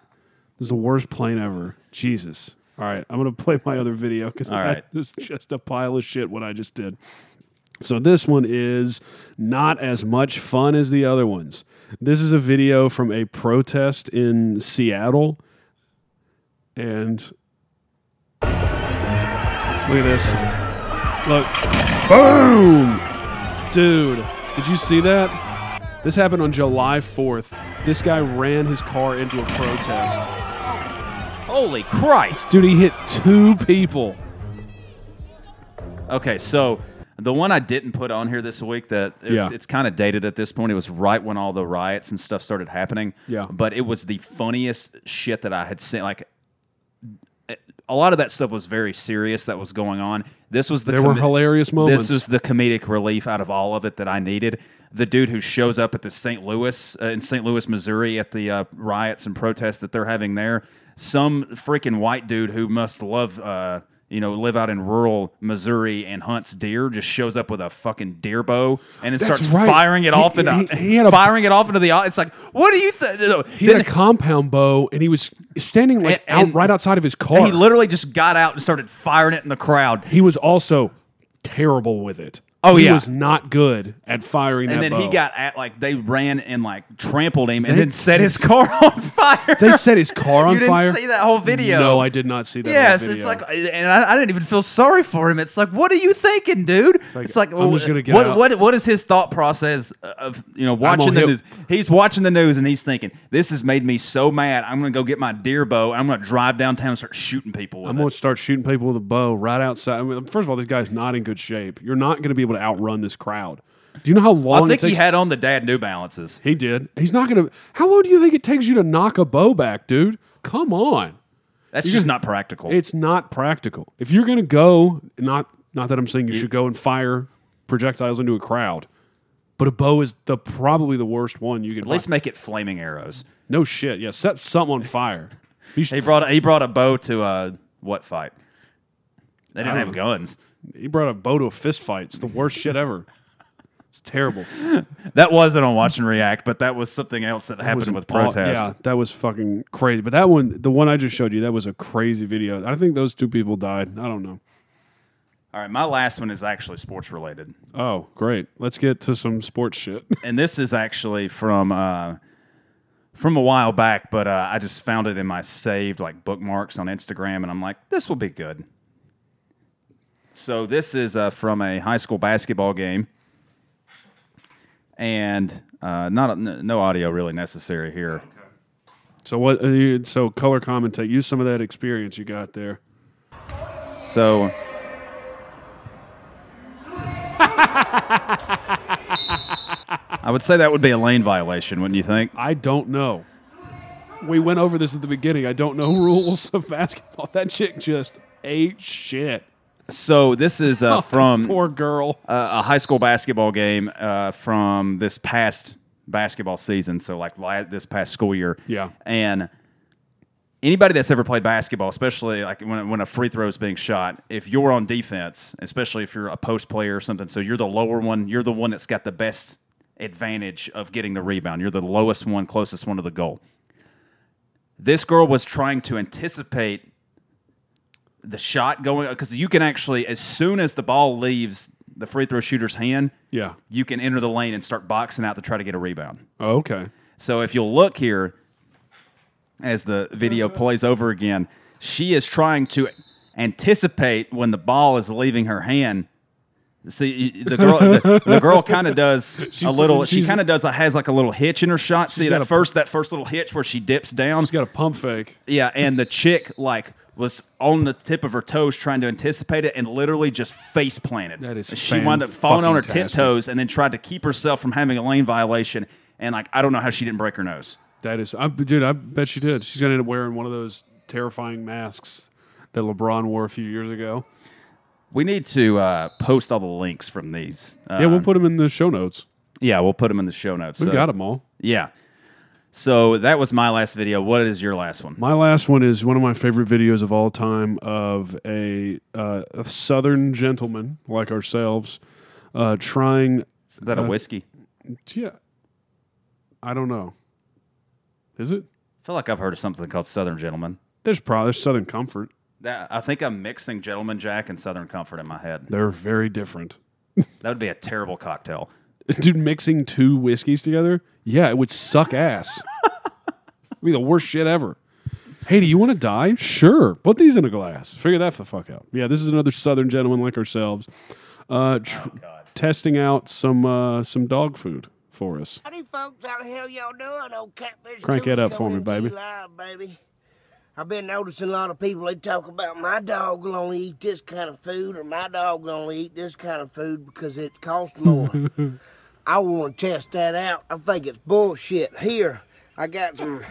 [SPEAKER 2] is the worst plane ever. Jesus. All right, I'm gonna play my other video because that
[SPEAKER 1] All right.
[SPEAKER 2] is just a pile of shit what I just did. So this one is not as much fun as the other ones. This is a video from a protest in Seattle. And look at this. Look. Boom! Dude, did you see that? This happened on July 4th. This guy ran his car into a protest.
[SPEAKER 1] Holy Christ.
[SPEAKER 2] Dude, he hit two people.
[SPEAKER 1] Okay, so the one I didn't put on here this week that it's,
[SPEAKER 2] Yeah.
[SPEAKER 1] it's kind of dated at this point. It was right when all the riots and stuff started happening.
[SPEAKER 2] Yeah.
[SPEAKER 1] but it was the funniest shit that I had seen. Like. A lot of that stuff was very serious that was going on. This was the
[SPEAKER 2] There were
[SPEAKER 1] comi-
[SPEAKER 2] hilarious moments.
[SPEAKER 1] This is the comedic relief out of all of it that I needed. The dude who shows up at the St. Louis uh, in St. Louis, Missouri, at the uh, riots and protests that they're having there. Some freaking white dude who must love, uh, you know, live out in rural Missouri and hunts deer just shows up with a fucking deer bow and then
[SPEAKER 2] That's
[SPEAKER 1] starts
[SPEAKER 2] right.
[SPEAKER 1] firing it
[SPEAKER 2] He-
[SPEAKER 1] off into
[SPEAKER 2] he- he had a-
[SPEAKER 1] firing it off into the. au- It's like, what do you think? No,
[SPEAKER 2] He
[SPEAKER 1] then-
[SPEAKER 2] had a compound bow and he was standing like
[SPEAKER 1] And-
[SPEAKER 2] out
[SPEAKER 1] and-
[SPEAKER 2] right outside of his car.
[SPEAKER 1] and he literally just got out and started firing it in the crowd.
[SPEAKER 2] He was also terrible with it.
[SPEAKER 1] Oh,
[SPEAKER 2] he
[SPEAKER 1] yeah.
[SPEAKER 2] was not good at firing.
[SPEAKER 1] And
[SPEAKER 2] that
[SPEAKER 1] then he
[SPEAKER 2] bow.
[SPEAKER 1] got at like they ran and like trampled him and then set his car on fire.
[SPEAKER 2] They set his car on
[SPEAKER 1] you
[SPEAKER 2] fire.
[SPEAKER 1] didn't see that whole video.
[SPEAKER 2] No, I did not see that. whole
[SPEAKER 1] Yes, it's
[SPEAKER 2] video.
[SPEAKER 1] like, and I, I didn't even feel sorry for him. It's like, what are you thinking, dude? It's like,
[SPEAKER 2] I'm just gonna get
[SPEAKER 1] what,
[SPEAKER 2] out.
[SPEAKER 1] what, what is his thought process of you know watching
[SPEAKER 2] on
[SPEAKER 1] the
[SPEAKER 2] hip.
[SPEAKER 1] news? He's watching the news and he's thinking, this has made me so mad. I'm gonna go get my deer bow. and I'm gonna drive downtown and start shooting people. With
[SPEAKER 2] I'm
[SPEAKER 1] it.
[SPEAKER 2] going to start shooting people with a bow right outside. I mean, first of all, this guy's not in good shape. You're not going to be able to outrun this crowd. Do you know how long?
[SPEAKER 1] I
[SPEAKER 2] it
[SPEAKER 1] think he
[SPEAKER 2] takes-
[SPEAKER 1] had on the dad New Balances.
[SPEAKER 2] He did. He's not going to. How long do you think it takes you to knock a bow back, dude? Come on.
[SPEAKER 1] That's just not practical.
[SPEAKER 2] It's not practical. If you're going to go, not not that I'm saying you should go and fire projectiles into a crowd, but a bow is the probably the worst one you can.
[SPEAKER 1] At least make it flaming arrows.
[SPEAKER 2] no shit. Yeah, set something on fire. You should-
[SPEAKER 1] He brought he brought a bow to a what fight? They didn't
[SPEAKER 2] I
[SPEAKER 1] have
[SPEAKER 2] don't
[SPEAKER 1] guns.
[SPEAKER 2] he brought a bow to a fist fight. It's the worst shit ever. It's terrible.
[SPEAKER 1] That wasn't on Watch and React, but that was something else that
[SPEAKER 2] was
[SPEAKER 1] happened with
[SPEAKER 2] an aw-
[SPEAKER 1] protests.
[SPEAKER 2] yeah, that was fucking crazy. But that one, the one I just showed you, that was a crazy video. I think those two people died. I don't know.
[SPEAKER 1] All right, my last one is actually sports related,
[SPEAKER 2] Oh, great. Let's get to some sports shit.
[SPEAKER 1] and this is actually from uh, from a while back, but uh, I just found it in my saved like bookmarks on Instagram, and I'm like, this will be good. So this is uh, from a high school basketball game, and uh, not n- no audio really necessary here.
[SPEAKER 2] so what? uh, you- So color commentate. Use some of that experience you got there.
[SPEAKER 1] So. I would say that would be a lane violation, wouldn't you think?
[SPEAKER 2] I don't know. We went over this at the beginning. I don't know rules of basketball. That chick just ate shit.
[SPEAKER 1] So this is uh, from
[SPEAKER 2] Oh, poor girl.
[SPEAKER 1] uh, a high school basketball game uh, from this past basketball season. So like la- this past school year,
[SPEAKER 2] Yeah.
[SPEAKER 1] and anybody that's ever played basketball, especially like when, when a free throw is being shot, if you're on defense, especially if you're a post player or something, so you're the lower one, you're the one that's got the best advantage of getting the rebound. You're the lowest one, closest one to the goal. This girl was trying to anticipate the shot going because you can actually, as soon as the ball leaves the free throw shooter's hand,
[SPEAKER 2] Yeah.
[SPEAKER 1] you can enter the lane and start boxing out to try to get a rebound.
[SPEAKER 2] Oh, okay.
[SPEAKER 1] So if you'll look here, as the video plays over again, she is trying to anticipate when the ball is leaving her hand. See y- the girl, the, the girl kind of does a little. She
[SPEAKER 2] she's-
[SPEAKER 1] kind of does a, has like a little hitch in her shot. See
[SPEAKER 2] got
[SPEAKER 1] that
[SPEAKER 2] a-
[SPEAKER 1] first that first little hitch where she dips down.
[SPEAKER 2] He's got a pump fake.
[SPEAKER 1] Yeah, and the chick like was on the tip of her toes trying to anticipate it and literally just face planted.
[SPEAKER 2] That is
[SPEAKER 1] she wound up falling on her
[SPEAKER 2] fan-fucking-tastic.
[SPEAKER 1] tiptoes and then tried to keep herself from having a lane violation. And like I don't know how she didn't break her nose.
[SPEAKER 2] That is, I, dude. I bet she did. She's gonna end up wearing one of those terrifying masks that LeBron wore a few years ago.
[SPEAKER 1] We need to uh, post all the links from these. Uh,
[SPEAKER 2] yeah, we'll put them in the show notes.
[SPEAKER 1] yeah, we'll put them in the show notes.
[SPEAKER 2] We
[SPEAKER 1] so-
[SPEAKER 2] got them all.
[SPEAKER 1] Yeah. So that was my last video. What is your last one?
[SPEAKER 2] My last one is one of my favorite videos of all time of a, uh, a southern gentleman like ourselves uh, trying.
[SPEAKER 1] Is that
[SPEAKER 2] uh,
[SPEAKER 1] a whiskey?
[SPEAKER 2] Yeah, I don't know. Is it?
[SPEAKER 1] I feel like I've heard of something called Southern Gentleman.
[SPEAKER 2] There's probably there's Southern Comfort.
[SPEAKER 1] That, I think I'm mixing Gentleman Jack and Southern Comfort in my head.
[SPEAKER 2] They're very different.
[SPEAKER 1] That would be a terrible cocktail.
[SPEAKER 2] Dude, mixing two whiskeys together? Yeah, it would suck ass. It'd be the worst shit ever. Hey, do you want to die? Sure. Put these in a glass. Figure that the fuck out. Yeah, this is another Southern gentleman like ourselves, uh, tr- testing out some uh, some dog food for us.
[SPEAKER 6] Howdy, folks. How the hell y'all doing? Old Catfish.
[SPEAKER 2] Crank
[SPEAKER 6] Cooper
[SPEAKER 2] that up for
[SPEAKER 6] coming
[SPEAKER 2] me,
[SPEAKER 6] to you
[SPEAKER 2] baby.
[SPEAKER 6] Live, baby. I've been noticing a lot of people, they talk about my dog will only eat this kind of food or my dog will only eat this kind of food because it costs more. I want to test that out. I think it's bullshit. Here, I got some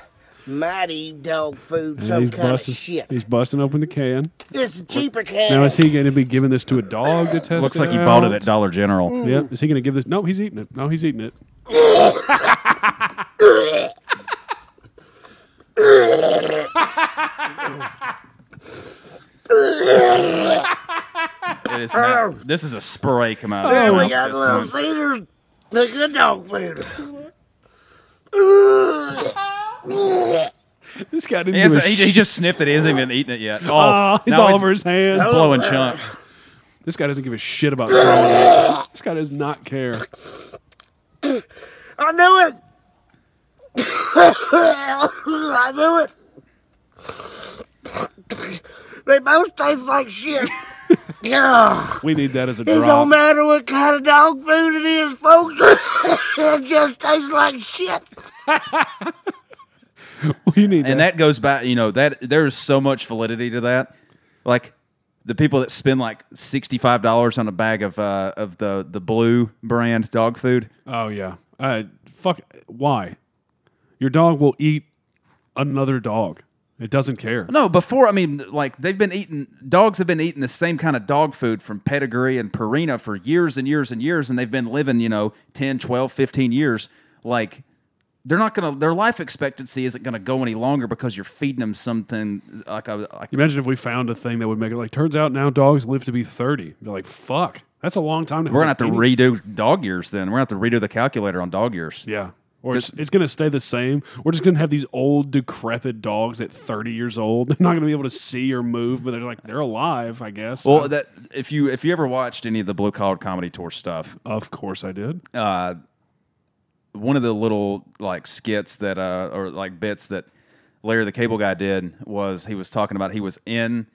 [SPEAKER 6] mighty dog food, some
[SPEAKER 2] he's,
[SPEAKER 6] kind
[SPEAKER 2] busting,
[SPEAKER 6] of shit.
[SPEAKER 2] he's busting open the can.
[SPEAKER 6] This is cheaper can.
[SPEAKER 2] Now, is he going to be giving this to a dog to test
[SPEAKER 1] Looks like he bought it at
[SPEAKER 2] out?
[SPEAKER 1] Dollar General.
[SPEAKER 2] Yep. Is he going to give this? No, he's eating it. No, he's eating it.
[SPEAKER 1] It is now, this is a spray come out of his
[SPEAKER 6] Oh, we
[SPEAKER 1] mouth at
[SPEAKER 6] got
[SPEAKER 1] this
[SPEAKER 6] Little
[SPEAKER 1] point.
[SPEAKER 6] Caesars. The good dog food.
[SPEAKER 2] This guy didn't
[SPEAKER 1] He,
[SPEAKER 2] do a
[SPEAKER 1] hasn't- he- he
[SPEAKER 2] sh-
[SPEAKER 1] just sniffed it. He hasn't even eaten it yet. Oh,
[SPEAKER 2] Aw, he's
[SPEAKER 1] now
[SPEAKER 2] all over Ah, his hands.
[SPEAKER 1] blowing chunks.
[SPEAKER 2] This guy doesn't give a shit about throwing up. This guy does not care.
[SPEAKER 6] I knew it. I knew it. They both taste like shit. Yeah.
[SPEAKER 2] We need that as a
[SPEAKER 6] It don't
[SPEAKER 2] drop.
[SPEAKER 6] matter what kind of dog food it is, folks. it just tastes like shit.
[SPEAKER 2] We need
[SPEAKER 1] and
[SPEAKER 2] that.
[SPEAKER 1] that goes back you know that there is so much validity to that like the people that spend like $65 on a bag of uh, of the the blue brand dog food
[SPEAKER 2] Oh yeah. Uh, fuck. Why? Your dog will eat another dog. It doesn't care.
[SPEAKER 1] no before i mean like they've been eating dogs have been eating the same kind of dog food from pedigree and purina for years and years and years and they've been living you know 10 12 15 years like they're not gonna their life expectancy isn't gonna go any longer because you're feeding them something like a like
[SPEAKER 2] Imagine if we found a thing that would make it like. Turns out now dogs live to be thirty. Be like, fuck. That's a long time.
[SPEAKER 1] we're gonna have to
[SPEAKER 2] eat.
[SPEAKER 1] redo dog years then we're gonna have to redo the calculator on dog years
[SPEAKER 2] Yeah. Or it's, it's going to stay the same. We're just going to have these old, decrepit dogs at 30 years old. They're not going to be able to see or move, but they're like, they're alive, I guess.
[SPEAKER 1] Well, that if you if you ever watched any of the blue collar comedy tour stuff,
[SPEAKER 2] of course I did.
[SPEAKER 1] one of the little like skits that uh or like bits that Larry the Cable Guy did was he was talking about he was in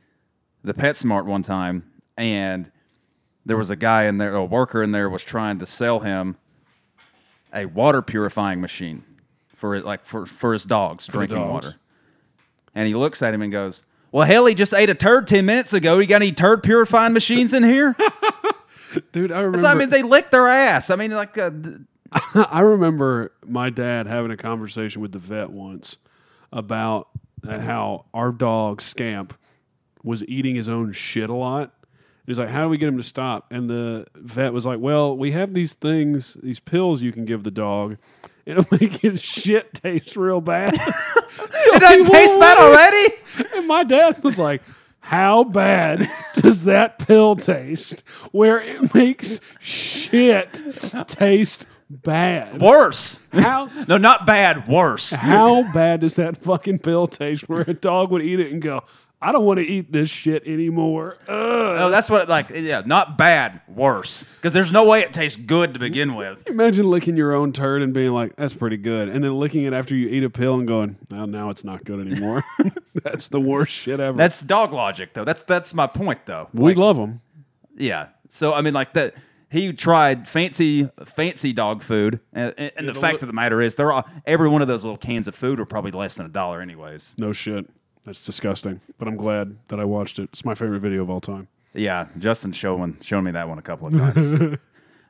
[SPEAKER 1] the PetSmart one time and there was a guy in there, a worker in there was trying to sell him a water purifying machine for it like for for his dogs drinking
[SPEAKER 2] dogs.
[SPEAKER 1] water. And he looks at him and goes, "Well, hell, he just ate a turd 10 minutes ago. You got any turd purifying machines in here?"
[SPEAKER 2] Dude, I remember.
[SPEAKER 1] So, I mean, they licked their ass. I mean, like, uh, th-
[SPEAKER 2] I remember my dad having a conversation with the vet once about uh, how our dog Scamp was eating his own shit a lot. He's like, "How do we get him to stop?" And the vet was like, "Well, we have these things, these pills you can give the dog, it'll make his shit taste real bad. so
[SPEAKER 1] It doesn't
[SPEAKER 2] he
[SPEAKER 1] taste
[SPEAKER 2] won't
[SPEAKER 1] bad
[SPEAKER 2] want
[SPEAKER 1] already.
[SPEAKER 2] it. And my dad was like, "How bad does that pill taste? Where it makes shit taste bad?
[SPEAKER 1] Worse.
[SPEAKER 2] How
[SPEAKER 1] No, not bad. Worse.
[SPEAKER 2] how bad does that fucking pill taste? Where a dog would eat it and go." I don't want to eat this shit anymore. Ugh.
[SPEAKER 1] No, that's what like yeah, not bad. Worse because there's no way it tastes good to begin with.
[SPEAKER 2] Imagine licking your own turd and being like, "That's pretty good," and then licking it after you eat a pill and going, "Now, now it's not good anymore." That's the worst shit ever.
[SPEAKER 1] That's dog logic though. That's that's my point though.
[SPEAKER 2] we
[SPEAKER 1] Like,
[SPEAKER 2] love them.
[SPEAKER 1] Yeah. So I mean, like that. He tried fancy, fancy dog food, and, and, and the
[SPEAKER 2] It'll
[SPEAKER 1] fact
[SPEAKER 2] look-
[SPEAKER 1] of the matter is, they're all, every one of those little cans of food are probably less than a dollar, anyways.
[SPEAKER 2] No shit. That's disgusting. But I'm glad that I watched it. It's my favorite video of all time.
[SPEAKER 1] Yeah, Justin showing showing me that one a couple of times.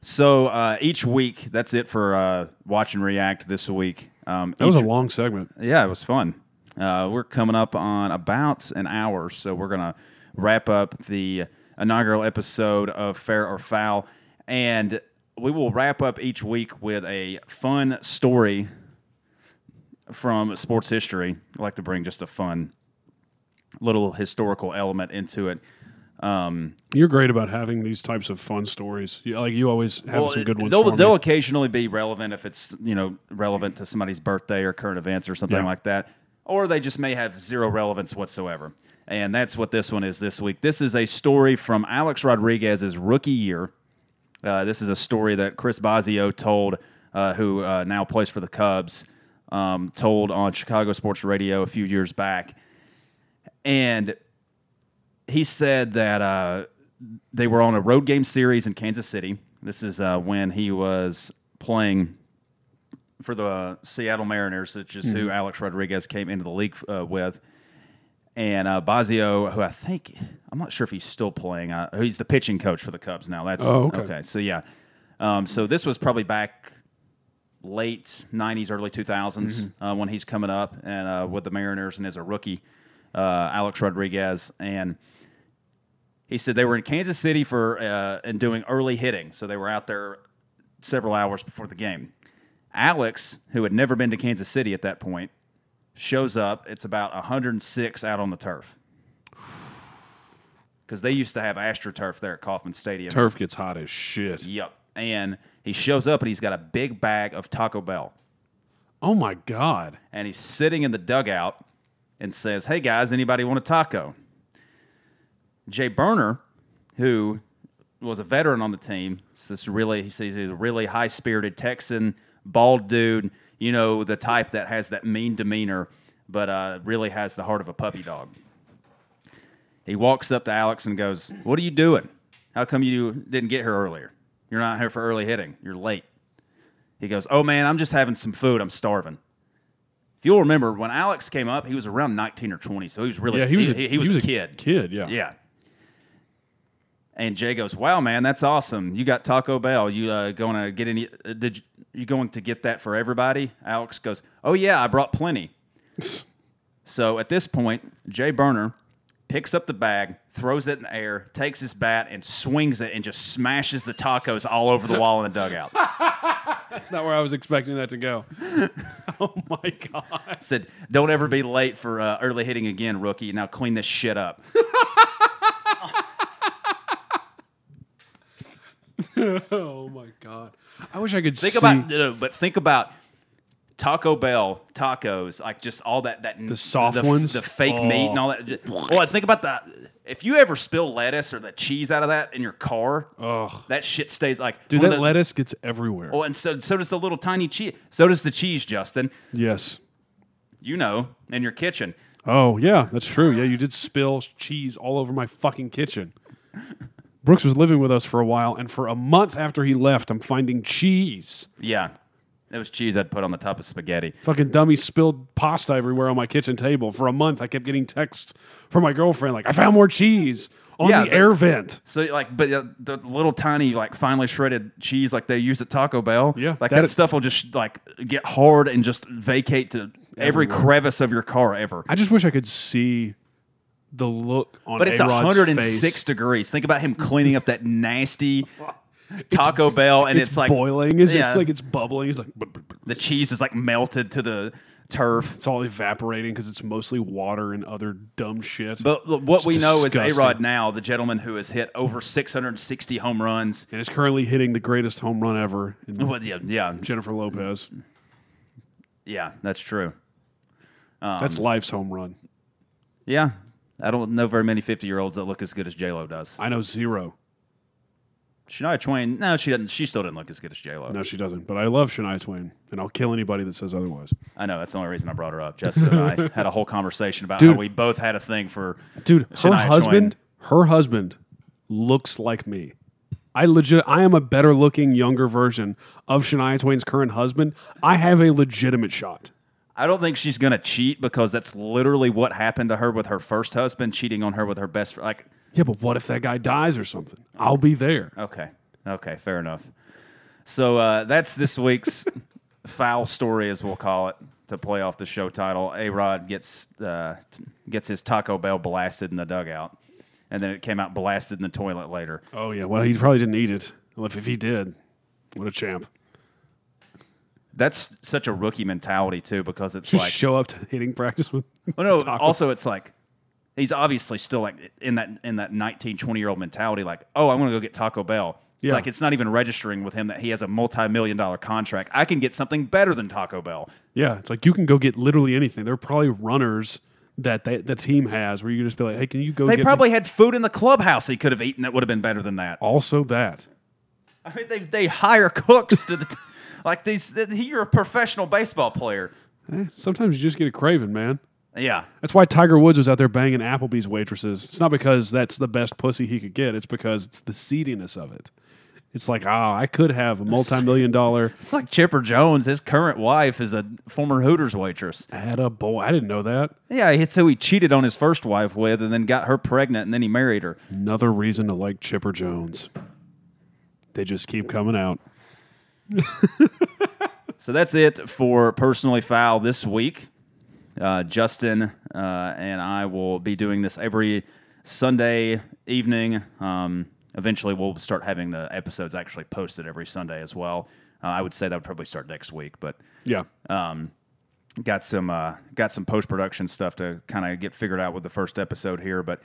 [SPEAKER 1] so uh, each week, that's it for uh, watch and react this week. Um,
[SPEAKER 2] That was a long segment.
[SPEAKER 1] yeah, it was fun. Uh, we're coming up on about an hour, so we're gonna wrap up the inaugural episode of Fair or Foul, and we will wrap up each week with a fun story from sports history. I like to bring just a fun little historical element into it.
[SPEAKER 2] You're great about having these types of fun stories. You, like you always have some good ones.
[SPEAKER 1] They'll,
[SPEAKER 2] for me.
[SPEAKER 1] they'll occasionally be relevant if it's you know relevant to somebody's birthday or current events or something
[SPEAKER 2] Yeah.
[SPEAKER 1] like that, or they just may have zero relevance whatsoever. And that's what this one is this week. This is a story from Alex Rodriguez's rookie year. Uh, this is a story that Chris Bazio told, uh, who uh, now plays for the Cubs, um, told on Chicago Sports Radio a few years back, and he said that. Uh, they were on a road game series in Kansas City. This is uh, when he was playing for the Seattle Mariners, which is
[SPEAKER 2] Mm-hmm.
[SPEAKER 1] who Alex Rodriguez came into the league uh, with. And uh, Bazio, who I think I'm not sure if he's still playing. Uh, he's the pitching coach for the Cubs now. That's
[SPEAKER 2] Oh, okay.
[SPEAKER 1] So yeah, um, so this was probably back late '90s, early 2000s
[SPEAKER 2] Mm-hmm.
[SPEAKER 1] uh, when he's coming up and uh, with the Mariners and as a rookie, uh, Alex Rodriguez and he said they were in Kansas City for uh, and doing early hitting, so they were out there several hours before the game. Alex, who had never been to Kansas City at that point, shows up. It's about 106 out on the turf because they used to have AstroTurf there at Kauffman Stadium.
[SPEAKER 2] Turf gets hot as shit.
[SPEAKER 1] Yep. And he shows up and he's got a big bag of Taco Bell
[SPEAKER 2] Oh my god.
[SPEAKER 1] and he's sitting in the dugout and says, "Hey guys, anybody want a taco?" Jay Berner, who was a veteran on the team, is this really he says he's a really high spirited Texan, bald dude, you know the type that has that mean demeanor, but uh, really has the heart of a puppy dog. He walks up to Alex and goes, "What are you doing? How come you didn't get here earlier? You're not here for early hitting. You're late." He goes, "Oh man, I'm just having some food. I'm starving." If you'll remember, when Alex came up, he was around 19 or 20, so he was really
[SPEAKER 2] Yeah, he was. a,
[SPEAKER 1] he was a kid.
[SPEAKER 2] Kid. Yeah.
[SPEAKER 1] Yeah. And Jay goes, "Wow, man, that's awesome! You got Taco Bell. You uh, going to get any? Uh, did you, you going to get that for everybody?" Alex goes, "Oh yeah, I brought plenty." so at this point, Jay Burner picks up the bag, throws it in the air, takes his bat, and swings it, and just smashes the tacos all over the wall in the dugout.
[SPEAKER 2] That's not where I was expecting that to go. oh my god.
[SPEAKER 1] Said, "Don't ever be late for uh, early hitting again, rookie. Now clean this shit up."
[SPEAKER 2] Oh my god. I wish I could
[SPEAKER 1] Think
[SPEAKER 2] see.
[SPEAKER 1] about, no, but think about Taco Bell tacos, like just all that that the
[SPEAKER 2] soft
[SPEAKER 1] f-
[SPEAKER 2] ones?
[SPEAKER 1] the fake
[SPEAKER 2] Oh.
[SPEAKER 1] meat and all that. Ju- Well, think about that. If you ever spill lettuce or the cheese out of that in your car, that shit stays like.
[SPEAKER 2] Dude,
[SPEAKER 1] one
[SPEAKER 2] that
[SPEAKER 1] of the- Oh,
[SPEAKER 2] lettuce gets everywhere.
[SPEAKER 1] Well, and so so does the little tiny cheese. So does the cheese, Justin.
[SPEAKER 2] Yes.
[SPEAKER 1] You know, in your kitchen.
[SPEAKER 2] Oh yeah, that's true. Yeah, you did spill cheese all over my fucking kitchen. Brooks was living with us for a while, and for a month after he left, I'm finding cheese.
[SPEAKER 1] Yeah, it was cheese I'd put on the top of spaghetti.
[SPEAKER 2] Fucking dummy spilled pasta everywhere on my kitchen table. For a month, I kept getting texts from my girlfriend like, "I found more cheese on
[SPEAKER 1] Yeah,
[SPEAKER 2] the
[SPEAKER 1] but-
[SPEAKER 2] air vent."
[SPEAKER 1] So like, but uh, the little tiny like finely shredded cheese like they use at Taco Bell,
[SPEAKER 2] Yeah,
[SPEAKER 1] like
[SPEAKER 2] that
[SPEAKER 1] that,
[SPEAKER 2] is-
[SPEAKER 1] stuff will just like get hard and just vacate to every crevice of your car ever.
[SPEAKER 2] I just wish I could see the look on.
[SPEAKER 1] But it's
[SPEAKER 2] A-Rod's
[SPEAKER 1] 106
[SPEAKER 2] face.
[SPEAKER 1] degrees. Think about him cleaning up that nasty Taco Bell, and it's, like
[SPEAKER 2] boiling. Is
[SPEAKER 1] yeah.
[SPEAKER 2] it like it's bubbling? It's like
[SPEAKER 1] the cheese is like melted to the turf.
[SPEAKER 2] it's all evaporating because it's mostly water and other dumb shit.
[SPEAKER 1] But look, what
[SPEAKER 2] It's
[SPEAKER 1] we know is
[SPEAKER 2] disgusting.
[SPEAKER 1] A Rod now, the gentleman who has hit over 660 home runs.
[SPEAKER 2] and it's currently hitting the greatest home run ever. In
[SPEAKER 1] Well, yeah, yeah,
[SPEAKER 2] Jennifer Lopez.
[SPEAKER 1] Mm. yeah, that's true. Um,
[SPEAKER 2] That's life's home run.
[SPEAKER 1] Yeah, I don't know very many 50 year olds that look as good as J Lo does.
[SPEAKER 2] I know zero.
[SPEAKER 1] Shania Twain, no, she doesn't. She still doesn't look as good as J Lo.
[SPEAKER 2] No, she doesn't. But I love Shania Twain, and I'll kill anybody that says otherwise.
[SPEAKER 1] I know that's the only reason I brought her up. Justin and I had a whole conversation about
[SPEAKER 2] Dude.
[SPEAKER 1] how we both had a thing for
[SPEAKER 2] Dude, her
[SPEAKER 1] Shania
[SPEAKER 2] husband, her husband looks like me. I legit, I am a better looking, younger version of Shania Twain's current husband. I have a legitimate shot.
[SPEAKER 1] I don't think she's gonna cheat because that's literally what happened to her with her first husband cheating on her with her best. fr- Like,
[SPEAKER 2] Yeah, but what if that guy dies or something? I'll be there.
[SPEAKER 1] okay, okay, fair enough. So uh, that's this week's foul story, as we'll call it, to play off the show title. A Rod gets uh, t- gets his Taco Bell blasted in the dugout, and then it came out blasted in the toilet later.
[SPEAKER 2] Oh yeah, well he probably didn't eat it. Well, if, if he did, what a champ!
[SPEAKER 1] That's such a rookie mentality too, because it's
[SPEAKER 2] Just
[SPEAKER 1] like
[SPEAKER 2] show up to hitting practice with.
[SPEAKER 1] Well, no.
[SPEAKER 2] Taco.
[SPEAKER 1] Also, it's like he's obviously still like in that in that 19, 20 year old mentality. Like, oh, I'm going to go get Taco Bell. It's
[SPEAKER 2] Yeah.
[SPEAKER 1] like it's not even registering with him that he has a multi million dollar contract. I can get something better than Taco Bell.
[SPEAKER 2] Yeah, it's like you can go get literally anything. There are probably runners that they, the team has where you can just be like, hey, can you go?
[SPEAKER 1] They
[SPEAKER 2] get me-
[SPEAKER 1] probably had food in the clubhouse he could have eaten that would have been better than that.
[SPEAKER 2] also that.
[SPEAKER 1] I mean, they they hire cooks to the t- like these. th- You're a professional baseball player.
[SPEAKER 2] Eh, sometimes you just get a craving, man.
[SPEAKER 1] Yeah,
[SPEAKER 2] That's why Tiger Woods was out there banging Applebee's waitresses. It's not because that's the best pussy he could get. It's because it's the seediness of it. It's like, ah, I could have a multi-million dollar
[SPEAKER 1] it's like Chipper Jones. His current wife is a former Hooters waitress.
[SPEAKER 2] at a boy. I didn't know that.
[SPEAKER 1] Yeah, it's who he cheated on his first wife with, and then got her pregnant, and then he married her.
[SPEAKER 2] Another reason to like Chipper Jones. They just keep coming out.
[SPEAKER 1] So that's it for personally foul this week. Uh, Justin uh, and I will be doing this every Sunday evening. Um, eventually, we'll start having the episodes actually posted every Sunday as well. Uh, I would say that would probably start next week, but
[SPEAKER 2] Yeah.
[SPEAKER 1] got some uh, got some post production stuff to kind of get figured out with the first episode here, but.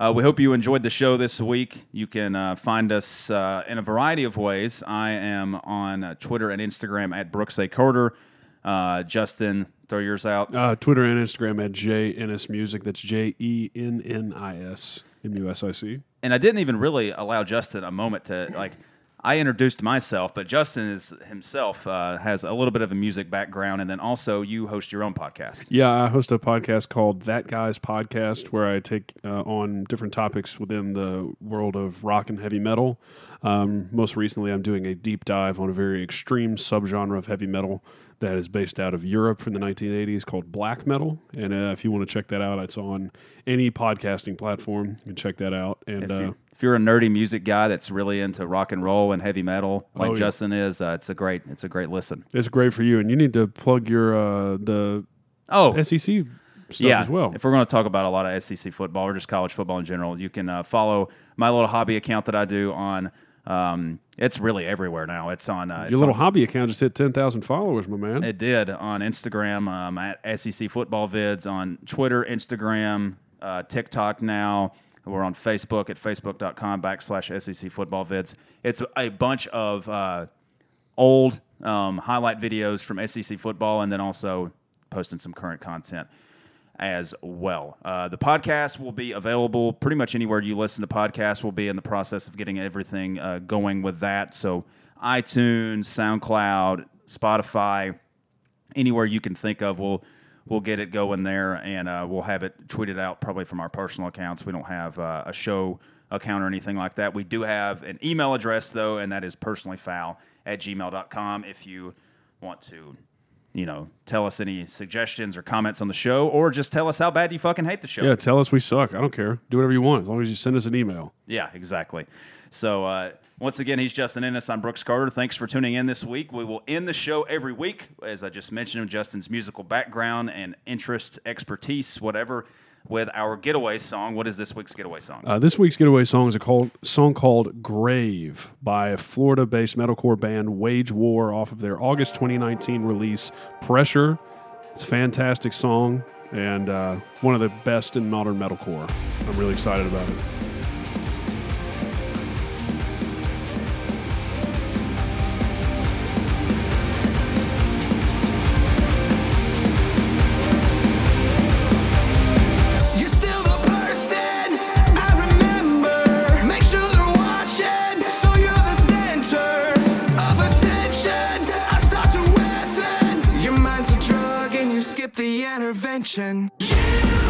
[SPEAKER 1] Uh, we hope you enjoyed the show this week. You can uh, find us uh, in a variety of ways. I am on uh, Twitter and Instagram at Brooks A. Carter. Uh, Justin, throw yours out.
[SPEAKER 2] Uh, Twitter and Instagram at JNS Music. That's J E N N I S M U S I C.
[SPEAKER 1] and I didn't even really allow Justin a moment to like. I introduced myself, but Justin is himself uh, has a little bit of a music background, and then also you host your own podcast.
[SPEAKER 2] Yeah, I host a podcast called That Guy's Podcast where I take uh, on different topics within the world of rock and heavy metal. Um, most recently, I'm doing a deep dive on a very extreme subgenre of heavy metal that is based out of Europe from the 1980s called black metal. And uh, if you want to check that out, it's on any podcasting platform. You can check that out. And
[SPEAKER 1] If,
[SPEAKER 2] uh,
[SPEAKER 1] you, if you're a nerdy music guy that's really into rock and roll and heavy metal, like
[SPEAKER 2] Oh, yeah.
[SPEAKER 1] Justin is, uh, it's a great it's a great listen.
[SPEAKER 2] it's great for you. And you need to plug your uh, the
[SPEAKER 1] Oh,
[SPEAKER 2] SEC stuff
[SPEAKER 1] yeah.
[SPEAKER 2] as well.
[SPEAKER 1] If we're going to talk about a lot of SEC football or just college football in general, you can uh, follow my little hobby account that I do on. Um, it's really everywhere now. It's on uh, it's
[SPEAKER 2] Your little
[SPEAKER 1] on-
[SPEAKER 2] hobby account just hit 10,000 followers, my man.
[SPEAKER 1] It did on Instagram um, at SEC Football Vids on Twitter, Instagram, uh, TikTok now. We're on Facebook at facebook.com backslash SEC Football Vids. It's a bunch of uh, old um, highlight videos from SEC football and then also posting some current content as well. Uh, the podcast will be available pretty much anywhere you listen to podcasts. We'll be in the process of getting everything uh, going with that. So, iTunes, SoundCloud, Spotify, anywhere you can think of, we'll we'll get it going there, and uh, we'll have it tweeted out probably from our personal accounts. We don't have uh, a show account or anything like that. We do have an email address though, and that is personallyfoul at gmail.com if you want to. You know, tell us any suggestions or comments on the show, or just tell us how bad you fucking hate the show.
[SPEAKER 2] Yeah, tell us we suck. I don't care. Do whatever you want as long as you send us an email.
[SPEAKER 1] Yeah, exactly. So uh, once again, he's Justin Ennis. I'm Brooks Carter. Thanks for tuning in this week. We will end the show every week, as I just mentioned, with Justin's musical background and interest, expertise, whatever. with our getaway song. What is this week's getaway song?
[SPEAKER 2] Uh, this week's getaway song is a called, song called Grave by a Florida based metalcore band Wage War off of their August 2019 release Pressure. It's a fantastic song and uh, one of the best in modern metalcore. I'm really excited about it.
[SPEAKER 7] You're still the person I remember. Make sure they're watching, so you're the center of attention. I start to within. Your mind's a drug and you skip the intervention. You